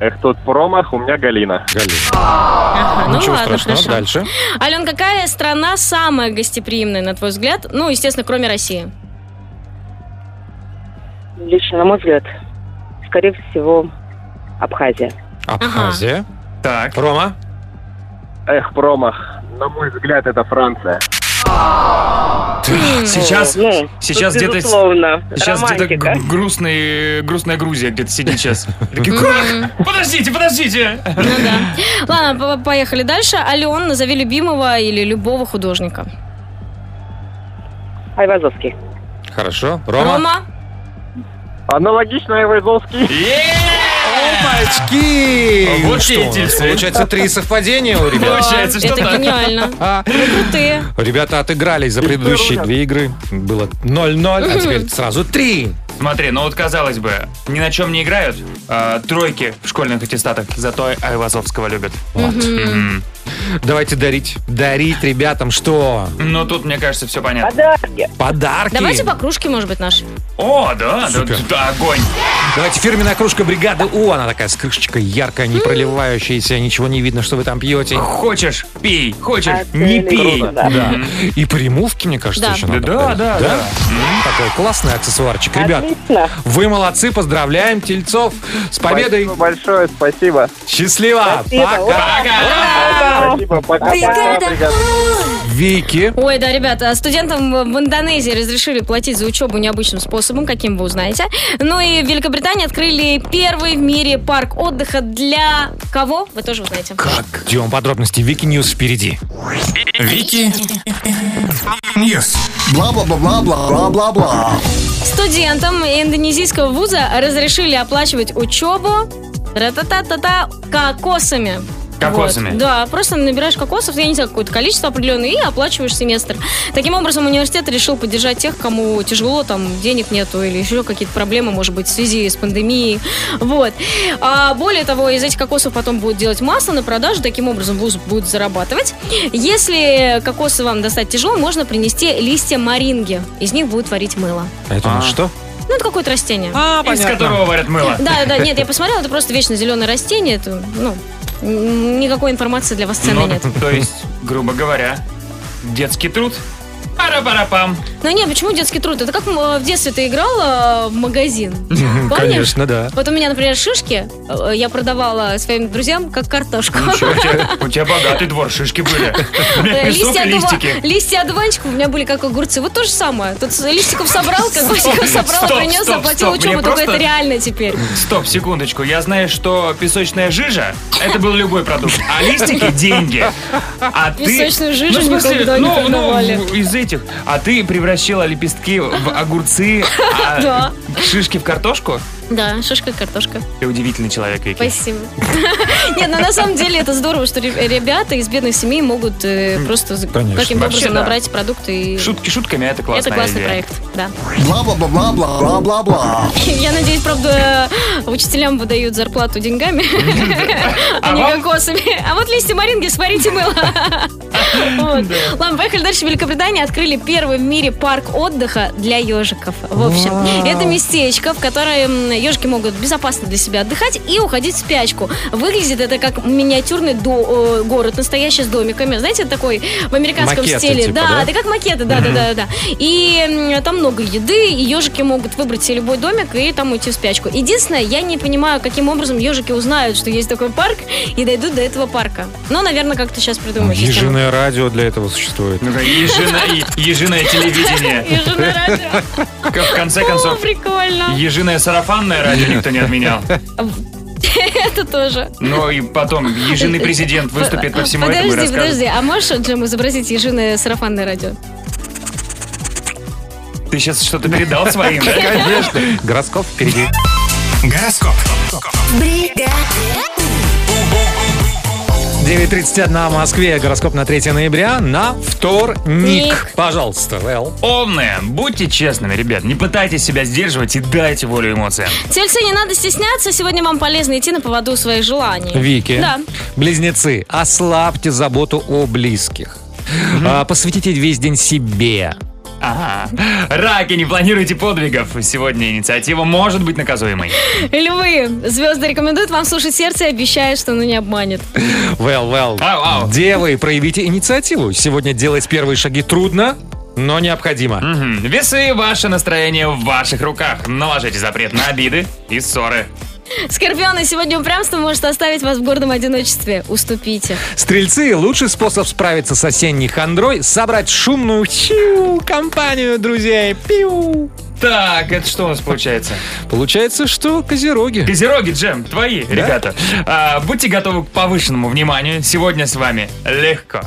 [SPEAKER 12] Эх, тут промах, у меня Галина.
[SPEAKER 3] Галина.
[SPEAKER 5] Ага, ну
[SPEAKER 3] Ничего
[SPEAKER 5] ладно,
[SPEAKER 3] страшного,
[SPEAKER 5] хорошо.
[SPEAKER 3] дальше.
[SPEAKER 5] Ален, какая страна самая гостеприимная, на твой взгляд? Ну, естественно, кроме России.
[SPEAKER 13] Лично, на мой взгляд, скорее всего, Абхазия.
[SPEAKER 3] Абхазия.
[SPEAKER 4] Так.
[SPEAKER 3] Рома.
[SPEAKER 12] Эх, промах. На мой взгляд, это Франция.
[SPEAKER 4] Сейчас,
[SPEAKER 13] Ну,
[SPEAKER 4] сейчас
[SPEAKER 13] тут
[SPEAKER 4] где-то...
[SPEAKER 13] безусловно,
[SPEAKER 4] Сейчас где-то
[SPEAKER 13] романтика.
[SPEAKER 4] г- грустный, грустная Грузия где-то сидит сейчас. Такие, «Как? Подождите, подождите!
[SPEAKER 5] Ну да. Ладно, по- поехали дальше. Ален, назови любимого или любого художника.
[SPEAKER 13] Айвазовский.
[SPEAKER 3] Хорошо. Рома.
[SPEAKER 12] Аналогично Айвазовский.
[SPEAKER 3] Опачки!
[SPEAKER 4] Вот
[SPEAKER 3] Что
[SPEAKER 4] те
[SPEAKER 3] у нас?
[SPEAKER 4] тельцы.
[SPEAKER 3] Получается, три совпадения у ребят.
[SPEAKER 4] Получается, что
[SPEAKER 5] А, Это
[SPEAKER 4] так.
[SPEAKER 5] гениально. Вы крутые.
[SPEAKER 3] А, Ребята отыгрались за предыдущие две игры. Было 0-0, а теперь
[SPEAKER 5] Мгм.
[SPEAKER 3] сразу 3.
[SPEAKER 4] Смотри, ну вот казалось бы, ни на чем не играют, а, тройки в школьных аттестатах, зато Айвазовского любят. Мгм.
[SPEAKER 3] Давайте дарить. Дарить ребятам что?
[SPEAKER 4] Ну тут, мне кажется, все понятно.
[SPEAKER 13] Подарки.
[SPEAKER 3] Подарки.
[SPEAKER 5] Давайте по кружке, может быть, наши.
[SPEAKER 4] О, да, да,
[SPEAKER 3] Супер.
[SPEAKER 4] да, огонь.
[SPEAKER 3] Давайте фирменная кружка бригады У. Она такая с крышечкой, яркая, не проливающаяся, ничего не видно, что вы там пьете.
[SPEAKER 4] Хочешь, пей, хочешь,
[SPEAKER 3] Не пей.
[SPEAKER 4] Круто.
[SPEAKER 3] Да. И по ремувке, мне кажется,
[SPEAKER 5] Да.
[SPEAKER 3] еще надо
[SPEAKER 4] Да,
[SPEAKER 3] подарить.
[SPEAKER 4] да, да.
[SPEAKER 3] Такой классный аксессуарчик. Ребят,
[SPEAKER 13] Отлично.
[SPEAKER 3] вы молодцы, поздравляем тельцов с победой.
[SPEAKER 12] Спасибо большое, спасибо.
[SPEAKER 3] Счастливо.
[SPEAKER 13] Спасибо.
[SPEAKER 3] Пока.
[SPEAKER 12] Спасибо, пока.
[SPEAKER 1] Бригада
[SPEAKER 3] Вики.
[SPEAKER 5] Ой, да, ребята, студентам в Индонезии разрешили платить за учебу необычным способом, каким вы узнаете. Ну и в Великобритании открыли первый в мире парк отдыха для кого? Вы тоже узнаете.
[SPEAKER 3] Ждем подробности. Вики Ньюс впереди.
[SPEAKER 6] Вики
[SPEAKER 8] Ньюс. Бла-бла-бла-бла-бла-бла-бла.
[SPEAKER 5] Студентам индонезийского вуза разрешили оплачивать учебу Ра-та-та-та-та кокосами.
[SPEAKER 4] Кокосами.
[SPEAKER 5] Вот. Да, просто набираешь кокосов, я не знаю, какое-то количество определенное, и оплачиваешь семестр. Таким образом, университет решил поддержать тех, кому тяжело, там, денег нету или еще какие-то проблемы, может быть, в связи с пандемией. Вот. А более того, из этих кокосов потом будут делать масло на продажу, таким образом вуз будет зарабатывать. Если кокосы вам достать тяжело, можно принести листья маринги. Из них будут варить мыло.
[SPEAKER 3] А это у нас что?
[SPEAKER 5] Ну, это какое-то растение.
[SPEAKER 3] А,
[SPEAKER 4] Из понятно. которого варят мыло.
[SPEAKER 5] Да, да, нет, я посмотрела, это просто вечно зеленое растение. Это, ну, н- никакой информации для вас ценной
[SPEAKER 4] Ну,
[SPEAKER 5] нет.
[SPEAKER 4] То есть, грубо говоря, детский труд. Пара-пара-пам.
[SPEAKER 5] Ну, нет, почему детский труд? Это как м, э, в детстве ты играл э, в магазин. Помнишь?
[SPEAKER 3] Конечно, да.
[SPEAKER 5] Вот у меня, например, шишки э, я продавала своим друзьям как картошку.
[SPEAKER 4] Ничего, у тебя, у тебя богатый двор, шишки были.
[SPEAKER 5] Э,
[SPEAKER 4] Мясок и
[SPEAKER 5] одува-
[SPEAKER 4] листики.
[SPEAKER 5] листья одуванчиков у меня были как огурцы. Вот то же самое. Тут с- листиков собрал, как бы
[SPEAKER 4] Стоп,
[SPEAKER 5] собрал,
[SPEAKER 4] стоп,
[SPEAKER 5] принес,
[SPEAKER 4] стоп, стоп.
[SPEAKER 5] оплатил
[SPEAKER 4] Мне
[SPEAKER 5] учебу. Только
[SPEAKER 4] просто-
[SPEAKER 5] это реально теперь.
[SPEAKER 4] Стоп, секундочку. Я знаю, что песочная жижа – это был любой продукт, а листики – деньги. А ты...
[SPEAKER 5] Песочную
[SPEAKER 4] ну,
[SPEAKER 5] жижу
[SPEAKER 4] в смысле,
[SPEAKER 5] никогда не
[SPEAKER 4] ну, ну,
[SPEAKER 5] продавали.
[SPEAKER 4] в- из этих. А ты превращала лепестки в огурцы, а
[SPEAKER 5] Да.
[SPEAKER 4] шишки в картошку?
[SPEAKER 5] Да, шишка и картошка.
[SPEAKER 4] Ты удивительный человек, Вики.
[SPEAKER 5] Спасибо. Нет, ну на самом деле это здорово, что ре- ребята из бедных семей могут э, просто з-
[SPEAKER 4] Конечно.
[SPEAKER 5] каким-то
[SPEAKER 4] Вообще,
[SPEAKER 5] образом
[SPEAKER 4] да.
[SPEAKER 5] набрать продукты. и-
[SPEAKER 4] Шутки шутками, а это классная
[SPEAKER 5] Это классный
[SPEAKER 4] идея.
[SPEAKER 5] проект, да.
[SPEAKER 6] Бла-бла-бла-бла-бла-бла-бла.
[SPEAKER 5] Я надеюсь, правда, учителям выдают зарплату деньгами, а не кокосами. А вот листья маринги, сварите мыло. Вот. Ладно, поехали дальше. В Великобритании открыли первый в мире парк отдыха для ежиков. В общем,
[SPEAKER 20] Вау.
[SPEAKER 5] это местечко, в котором ежики могут безопасно для себя отдыхать и уходить в спячку. Выглядит это как миниатюрный до- э, город, настоящий с домиками. Знаете, такой в американском
[SPEAKER 20] Макеты
[SPEAKER 5] стиле.
[SPEAKER 20] типа, да?
[SPEAKER 5] Да, это как макеты, да, да,
[SPEAKER 20] Мгм.
[SPEAKER 5] да, да. И м, там много еды, и ежики могут выбрать себе любой домик и там уйти в спячку. Единственное, я не понимаю, каким образом ежики узнают, что есть такой парк, и дойдут до этого парка. Но, наверное, как-то сейчас придумают. систему.
[SPEAKER 3] Ежиное радио для этого существует.
[SPEAKER 4] Ну-ка, ежина- е- ежиное телевидение.
[SPEAKER 5] Ежиное радио.
[SPEAKER 4] Как В конце
[SPEAKER 5] О,
[SPEAKER 4] концов,
[SPEAKER 5] прикольно.
[SPEAKER 4] ежиное сарафанное радио никто не отменял.
[SPEAKER 5] Это тоже.
[SPEAKER 4] Ну и потом, ежиный президент выступит по всему этому и
[SPEAKER 5] Подожди,
[SPEAKER 4] расскажет.
[SPEAKER 5] подожди, а можешь, Джим, изобразить ежиное сарафанное радио?
[SPEAKER 4] Ты сейчас что-то передал своим, да?
[SPEAKER 3] Конечно. Гороскоп впереди.
[SPEAKER 6] Гороскоп.
[SPEAKER 1] Бригада.
[SPEAKER 3] 9.31 в Москве. Гороскоп на 3 ноября на вторник. Пожалуйста, Вэл.
[SPEAKER 4] Умные, будьте честными, ребят, не пытайтесь себя сдерживать и дайте волю эмоциям.
[SPEAKER 5] Тельцы, не надо стесняться, сегодня вам полезно идти на поводу своих желаний.
[SPEAKER 3] Вики.
[SPEAKER 5] Да.
[SPEAKER 3] Близнецы, ослабьте заботу о близких. А, Посвятите весь день себе.
[SPEAKER 4] Ага. Раки, не планируйте подвигов. Сегодня инициатива может быть наказуемой.
[SPEAKER 5] Львы, звезды рекомендуют вам слушать сердце и обещают, что оно не обманет.
[SPEAKER 3] Вэл, Вэл.
[SPEAKER 4] А,
[SPEAKER 3] Девы, проявите инициативу. Сегодня делать первые шаги трудно, но необходимо.
[SPEAKER 4] Мгм. Весы, ваше настроение в ваших руках. Наложите запрет на обиды и ссоры.
[SPEAKER 5] Скорпионы, сегодня упрямство может оставить вас в гордом одиночестве. Уступите.
[SPEAKER 3] Стрельцы, лучший способ справиться с осенней хандрой – собрать шумную чиу, компанию друзей. Пиу.
[SPEAKER 4] Так, это что у нас получается?
[SPEAKER 3] Получается, что козероги.
[SPEAKER 4] Козероги, Джем, твои, ребята. А, будьте готовы к повышенному вниманию. Сегодня с вами легко,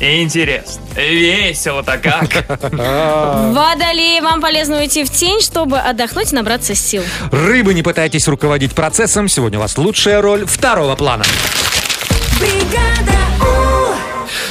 [SPEAKER 4] интересно, весело-то как.
[SPEAKER 5] Водолеи, вам полезно уйти в тень, чтобы отдохнуть и набраться сил.
[SPEAKER 3] Рыбы, не пытайтесь руководить процессом. Сегодня у вас лучшая роль второго плана.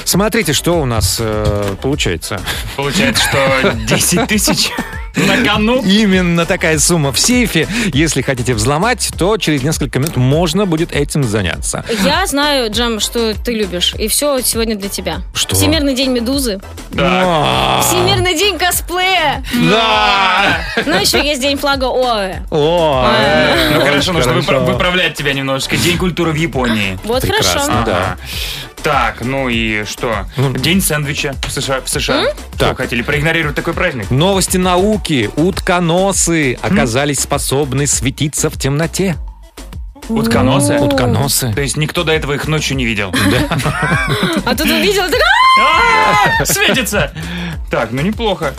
[SPEAKER 3] Смотрите, что у нас э, получается.
[SPEAKER 4] Получается, что 10 тысяч на кону.
[SPEAKER 3] Ну, Именно такая сумма в сейфе. Если хотите взломать, то через несколько минут можно будет этим заняться.
[SPEAKER 5] Я знаю, Джам, что ты любишь, и все сегодня для тебя.
[SPEAKER 3] Что?
[SPEAKER 5] Всемирный день медузы.
[SPEAKER 3] Да.
[SPEAKER 5] Всемирный день косплея.
[SPEAKER 3] Да.
[SPEAKER 5] Ну, еще есть день флага ОАЭ.
[SPEAKER 3] О, э, А.
[SPEAKER 4] Ну хорошо, нужно
[SPEAKER 3] хорошо.
[SPEAKER 4] выпра- выправлять тебя немножечко. День культуры в Японии.
[SPEAKER 5] Вот Прекрасно, хорошо.
[SPEAKER 3] да.
[SPEAKER 4] Так, ну и что? День сэндвича в США. В США. Что, хотели проигнорировать такой праздник?
[SPEAKER 3] Новости науки. Утконосы оказались способны светиться в темноте.
[SPEAKER 4] Утконосы?
[SPEAKER 3] Утконосы.
[SPEAKER 4] То есть никто до этого их ночью не видел.
[SPEAKER 5] А тут увидел, так,
[SPEAKER 4] А, Светится! Так, ну неплохо.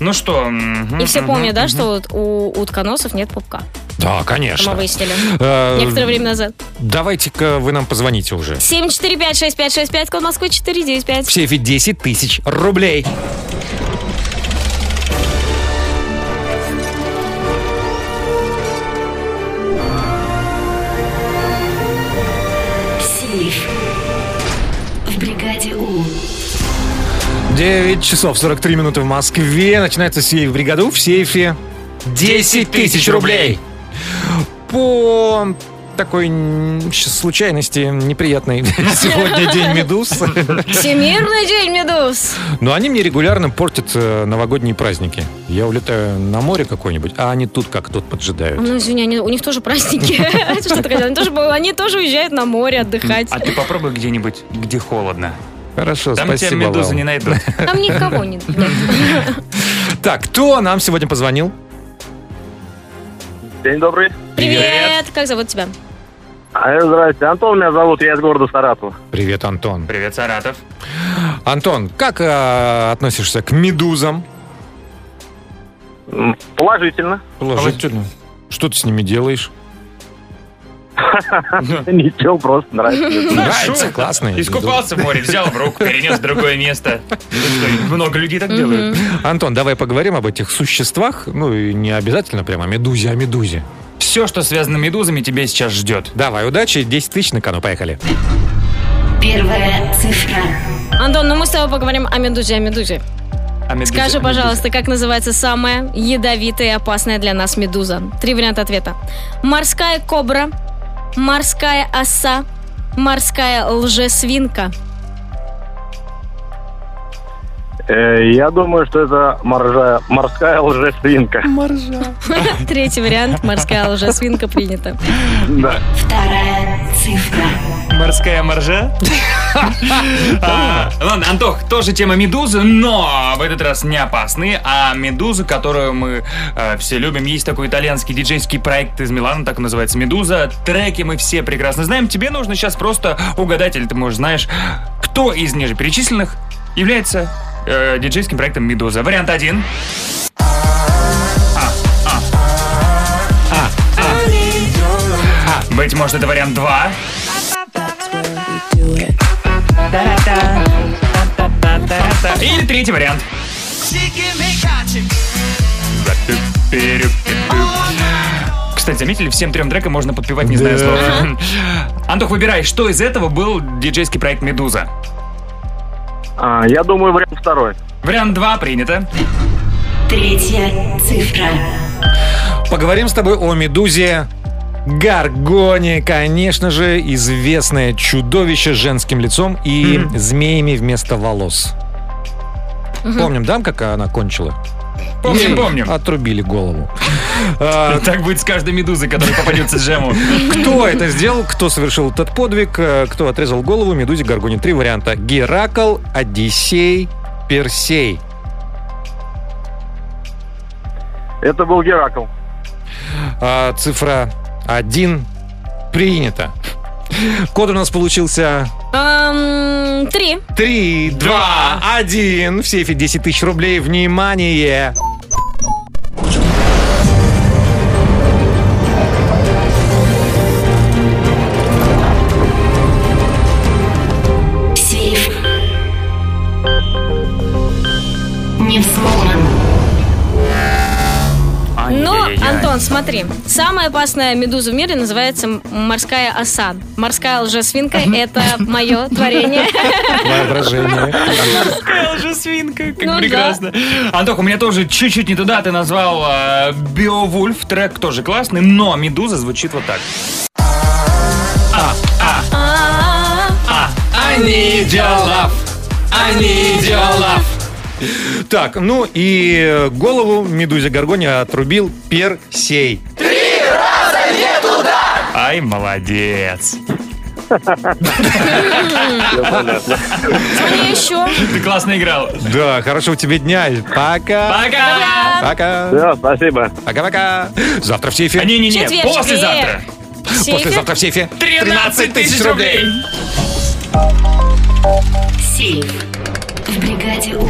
[SPEAKER 4] Ну что?
[SPEAKER 5] «А!»
[SPEAKER 4] мгм,
[SPEAKER 5] И все
[SPEAKER 4] мгм,
[SPEAKER 5] помнят, да,
[SPEAKER 4] мгм.
[SPEAKER 5] что вот у утконосов нет пупка.
[SPEAKER 3] Да,
[SPEAKER 5] Это Мы
[SPEAKER 3] конечно.
[SPEAKER 5] выяснили.
[SPEAKER 3] Э,
[SPEAKER 5] Некоторое время назад.
[SPEAKER 3] Давайте-ка вы нам позвоните уже.
[SPEAKER 5] 7456565, код Москвы
[SPEAKER 3] В
[SPEAKER 5] 495.
[SPEAKER 3] сейфе 10 тысяч рублей. часов 43 минуты в Москве. Начинается сейф в бригаду. В сейфе 10 тысяч рублей. По такой м, щ- случайности неприятный сегодня день медуз.
[SPEAKER 5] Всемирный день медуз.
[SPEAKER 3] Но они мне регулярно портят э, новогодние праздники. Я улетаю на море какое-нибудь, а они тут как тут поджидают.
[SPEAKER 5] Ну, извини, они- у них тоже праздники. Что ты хотела? Они тоже бывают- Они тоже уезжают на море отдыхать.
[SPEAKER 4] А ты попробуй где-нибудь, где холодно.
[SPEAKER 3] Хорошо,
[SPEAKER 4] Там
[SPEAKER 3] спасибо,
[SPEAKER 4] тебя медузы
[SPEAKER 3] Лала.
[SPEAKER 4] не найдут.
[SPEAKER 5] Там никого нет.
[SPEAKER 3] Так, кто нам сегодня позвонил?
[SPEAKER 20] День добрый.
[SPEAKER 5] Привет! Как зовут тебя?
[SPEAKER 20] А, э, Здрасте, Антон меня зовут, я из города Саратова.
[SPEAKER 3] Привет, Антон.
[SPEAKER 4] Привет, Саратов.
[SPEAKER 3] Антон, как э, относишься к медузам?
[SPEAKER 20] Положительно.
[SPEAKER 3] Положительно. Что ты с ними делаешь?
[SPEAKER 20] Ничего, просто
[SPEAKER 4] Ну, а
[SPEAKER 5] Ну,
[SPEAKER 20] нравится.
[SPEAKER 3] Нравится, классно.
[SPEAKER 4] Искупался в море, взял в руку, перенес в другое место. Ну что, Много людей так делают.
[SPEAKER 3] Антон, давай поговорим об этих существах. Ну, и не обязательно прямо о медузе, а о медузе.
[SPEAKER 4] Все, что связано медузами, тебе сейчас ждет.
[SPEAKER 3] Давай, удачи, 10 тысяч на кону, поехали.
[SPEAKER 5] Первая цифра. Антон, ну мы с тобой поговорим о медузе, о медузе.
[SPEAKER 4] А
[SPEAKER 5] Скажи, пожалуйста, как называется самая ядовитая и опасная для нас медуза? Три варианта ответа. Морская кобра, морская оса, морская лжесвинка.
[SPEAKER 20] Э, Я думаю, что это моржа, морская лжесвинка.
[SPEAKER 5] Моржа. Третий вариант. Морская лжесвинка принята.
[SPEAKER 20] Да.
[SPEAKER 5] Вторая цифра.
[SPEAKER 4] Морская моржа? А, Ладно, Антох, тоже тема медузы, но в этот раз не опасные, а медузы, которую мы э, все любим. Есть такой итальянский диджейский проект из Милана, так он называется «Медуза». Треки мы все прекрасно знаем. Тебе нужно сейчас просто угадать, или ты, может, знаешь, кто из ниже перечисленных является э, диджейским проектом «Медуза». Вариант один. А, а. А, Быть может, это вариант два. Или третий вариант. Кстати, заметили, всем трем трекам можно подпевать, не
[SPEAKER 3] Да.
[SPEAKER 4] зная слов. Антох, выбирай, что из этого был диджейский проект «Медуза».
[SPEAKER 20] А, Я думаю, вариант второй.
[SPEAKER 4] Вариант 2 принято.
[SPEAKER 2] Третья цифра.
[SPEAKER 3] Поговорим с тобой о медузе Гаргоне, конечно же, известное чудовище с женским лицом и змеями вместо волос. Помним, да, как она кончила?
[SPEAKER 4] Помним,
[SPEAKER 3] Ей А.
[SPEAKER 4] помним.
[SPEAKER 3] Отрубили голову.
[SPEAKER 4] Так будет с каждой медузой, которая попадется Джему.
[SPEAKER 3] Кто это сделал, кто совершил этот подвиг, э, кто отрезал голову медузе Гаргоне? Три варианта. Геракл, Одиссей, Персей.
[SPEAKER 20] Это был Геракл.
[SPEAKER 3] А, цифра 1 принята. Код у нас получился
[SPEAKER 5] Эм, Три.
[SPEAKER 3] Три, два, один. В сейфе 10 тысяч рублей. Внимание!
[SPEAKER 2] Сейф. Не взломан.
[SPEAKER 5] Но, Антон, смотри, самая опасная медуза в мире называется м- морская оса. Морская лжесвинка – это мое творение.
[SPEAKER 3] Воображение.
[SPEAKER 4] Какая лжесвинка, как
[SPEAKER 5] Ну да.
[SPEAKER 4] прекрасно. Антох, у меня тоже чуть-чуть не туда ты назвал э, Биовульф, трек тоже классный, но Медуза звучит вот так. А, а, а,
[SPEAKER 2] Они
[SPEAKER 3] идеалов,
[SPEAKER 2] они идеалов.
[SPEAKER 3] Так, ну и голову медузе Гаргоне отрубил Персей.
[SPEAKER 4] Ай, молодец.
[SPEAKER 5] Мне еще.
[SPEAKER 4] Ты классно играл.
[SPEAKER 3] Да, хорошего тебе дня. Пока.
[SPEAKER 4] Пока.
[SPEAKER 3] Пока.
[SPEAKER 20] Все, спасибо.
[SPEAKER 3] Пока-пока. Завтра в сейфе.
[SPEAKER 4] Не-не-не,
[SPEAKER 5] Четверг,
[SPEAKER 4] послезавтра.
[SPEAKER 5] В сейфе?
[SPEAKER 3] Послезавтра в сейфе.
[SPEAKER 4] 13 тысяч рублей.
[SPEAKER 2] Сейф. В бригаде У.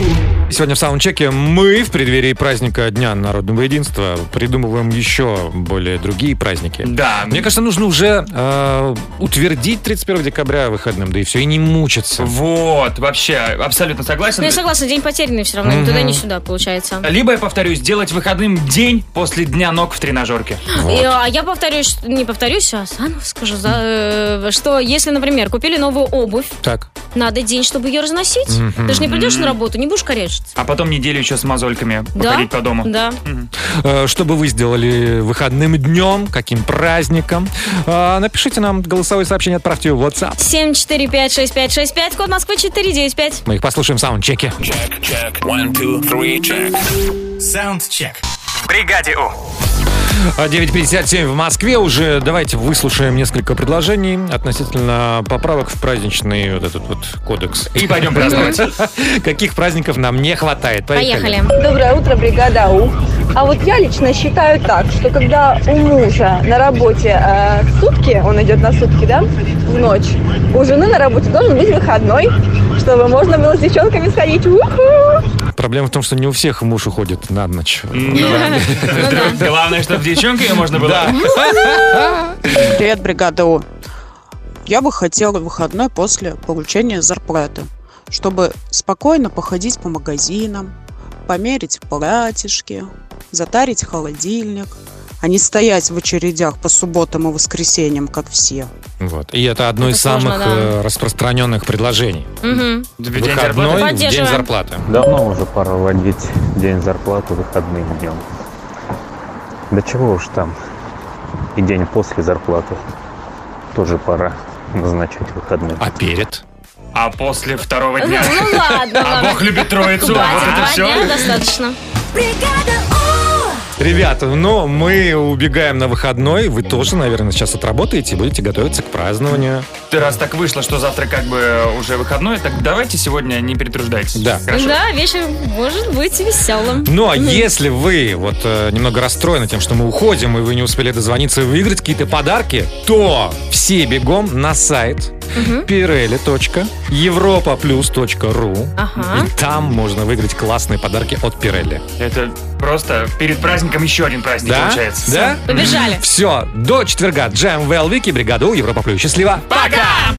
[SPEAKER 3] Сегодня в саундчеке мы в преддверии праздника Дня народного единства придумываем еще более другие праздники.
[SPEAKER 4] Да.
[SPEAKER 3] Мне кажется, нужно уже э, утвердить 31 декабря выходным, да и все, и не мучиться.
[SPEAKER 4] Вот, вообще, абсолютно согласен.
[SPEAKER 5] Ну, я согласна, день потерянный все равно, ни
[SPEAKER 4] Мгм.
[SPEAKER 5] туда, ни сюда, получается.
[SPEAKER 4] Либо, я повторюсь, сделать выходным день после дня ног в тренажерке.
[SPEAKER 5] И, а я повторюсь, не повторюсь, а заново скажу, за- э, что если, например, купили новую обувь,
[SPEAKER 3] Так.
[SPEAKER 5] надо день, чтобы ее разносить.
[SPEAKER 3] Мгм.
[SPEAKER 5] Ты же не придешь на работу, не будешь корячить.
[SPEAKER 4] А потом неделю еще с мозольками
[SPEAKER 3] А
[SPEAKER 5] Да?
[SPEAKER 4] походить по дому.
[SPEAKER 5] Да.
[SPEAKER 3] Э, Что бы вы сделали выходным днем, каким праздником? Э, Напишите нам голосовое сообщение, отправьте его в WhatsApp.
[SPEAKER 5] 7456565, код Москвы 495.
[SPEAKER 3] Мы их послушаем в саундчеке.
[SPEAKER 21] Check, one, two, three, check.
[SPEAKER 22] Саундчек. В бригаде У.
[SPEAKER 3] А, 9.57 в Москве уже. Давайте выслушаем несколько предложений относительно поправок в праздничный вот этот вот кодекс.
[SPEAKER 4] И пойдем праздновать.
[SPEAKER 3] Каких праздников нам не хватает? Поехали.
[SPEAKER 10] Доброе утро, бригада У. А вот я лично считаю так, что когда у мужа на работе э, сутки, он идет на сутки, да, в ночь, у жены на работе должен быть выходной, чтобы можно было с девчонками сходить. Уху!
[SPEAKER 3] Проблема в том, что не у всех муж уходит на ночь.
[SPEAKER 5] Ну
[SPEAKER 4] Главное, чтобы девчонкой можно было.
[SPEAKER 7] Привет, бригада У. Я бы хотела выходной после получения зарплаты, чтобы спокойно походить по магазинам, померить платьишки, затарить холодильник, а не стоять в очередях по субботам и воскресеньям, как все.
[SPEAKER 3] Вот. И это одно
[SPEAKER 7] Это
[SPEAKER 3] из
[SPEAKER 7] сложно,
[SPEAKER 3] самых
[SPEAKER 7] да.
[SPEAKER 3] э, распространенных предложений. Выходной
[SPEAKER 7] зарплаты.
[SPEAKER 3] в день
[SPEAKER 7] Поддерживаем.
[SPEAKER 3] зарплаты.
[SPEAKER 12] Давно уже пора вводить день зарплаты выходным днем. Да чего уж там. И день после зарплаты тоже пора назначать выходным.
[SPEAKER 3] А перед?
[SPEAKER 4] А после второго
[SPEAKER 5] Ну
[SPEAKER 4] дня.
[SPEAKER 5] ладно.
[SPEAKER 4] А
[SPEAKER 5] ладно.
[SPEAKER 4] Бог любит троицу.
[SPEAKER 5] Да,
[SPEAKER 4] а Вот это
[SPEAKER 5] два дня
[SPEAKER 4] все.
[SPEAKER 5] достаточно.
[SPEAKER 3] Ребята, ну, мы убегаем на выходной. Вы тоже, наверное, сейчас отработаете и будете готовиться к празднованию.
[SPEAKER 4] Ты раз так вышло, что завтра как бы э, уже выходной, так давайте сегодня не перетруждайтесь. Да. Хорошо.
[SPEAKER 5] Да, вечер может быть веселым.
[SPEAKER 3] Ну, а если вы вот э, немного расстроены тем, что мы уходим, и вы не успели дозвониться и выиграть какие-то подарки, то все бегом на сайт pirelli.europaplus.ru
[SPEAKER 4] Ага.
[SPEAKER 3] И там можно выиграть классные подарки от Pirelli.
[SPEAKER 4] Это просто перед праздником еще один праздник
[SPEAKER 3] Да?
[SPEAKER 4] получается.
[SPEAKER 3] Да?
[SPEAKER 4] Побежали.
[SPEAKER 3] Все, до четверга. Джем Вики, бригада у Европа Плюс. Счастливо!
[SPEAKER 4] Пока!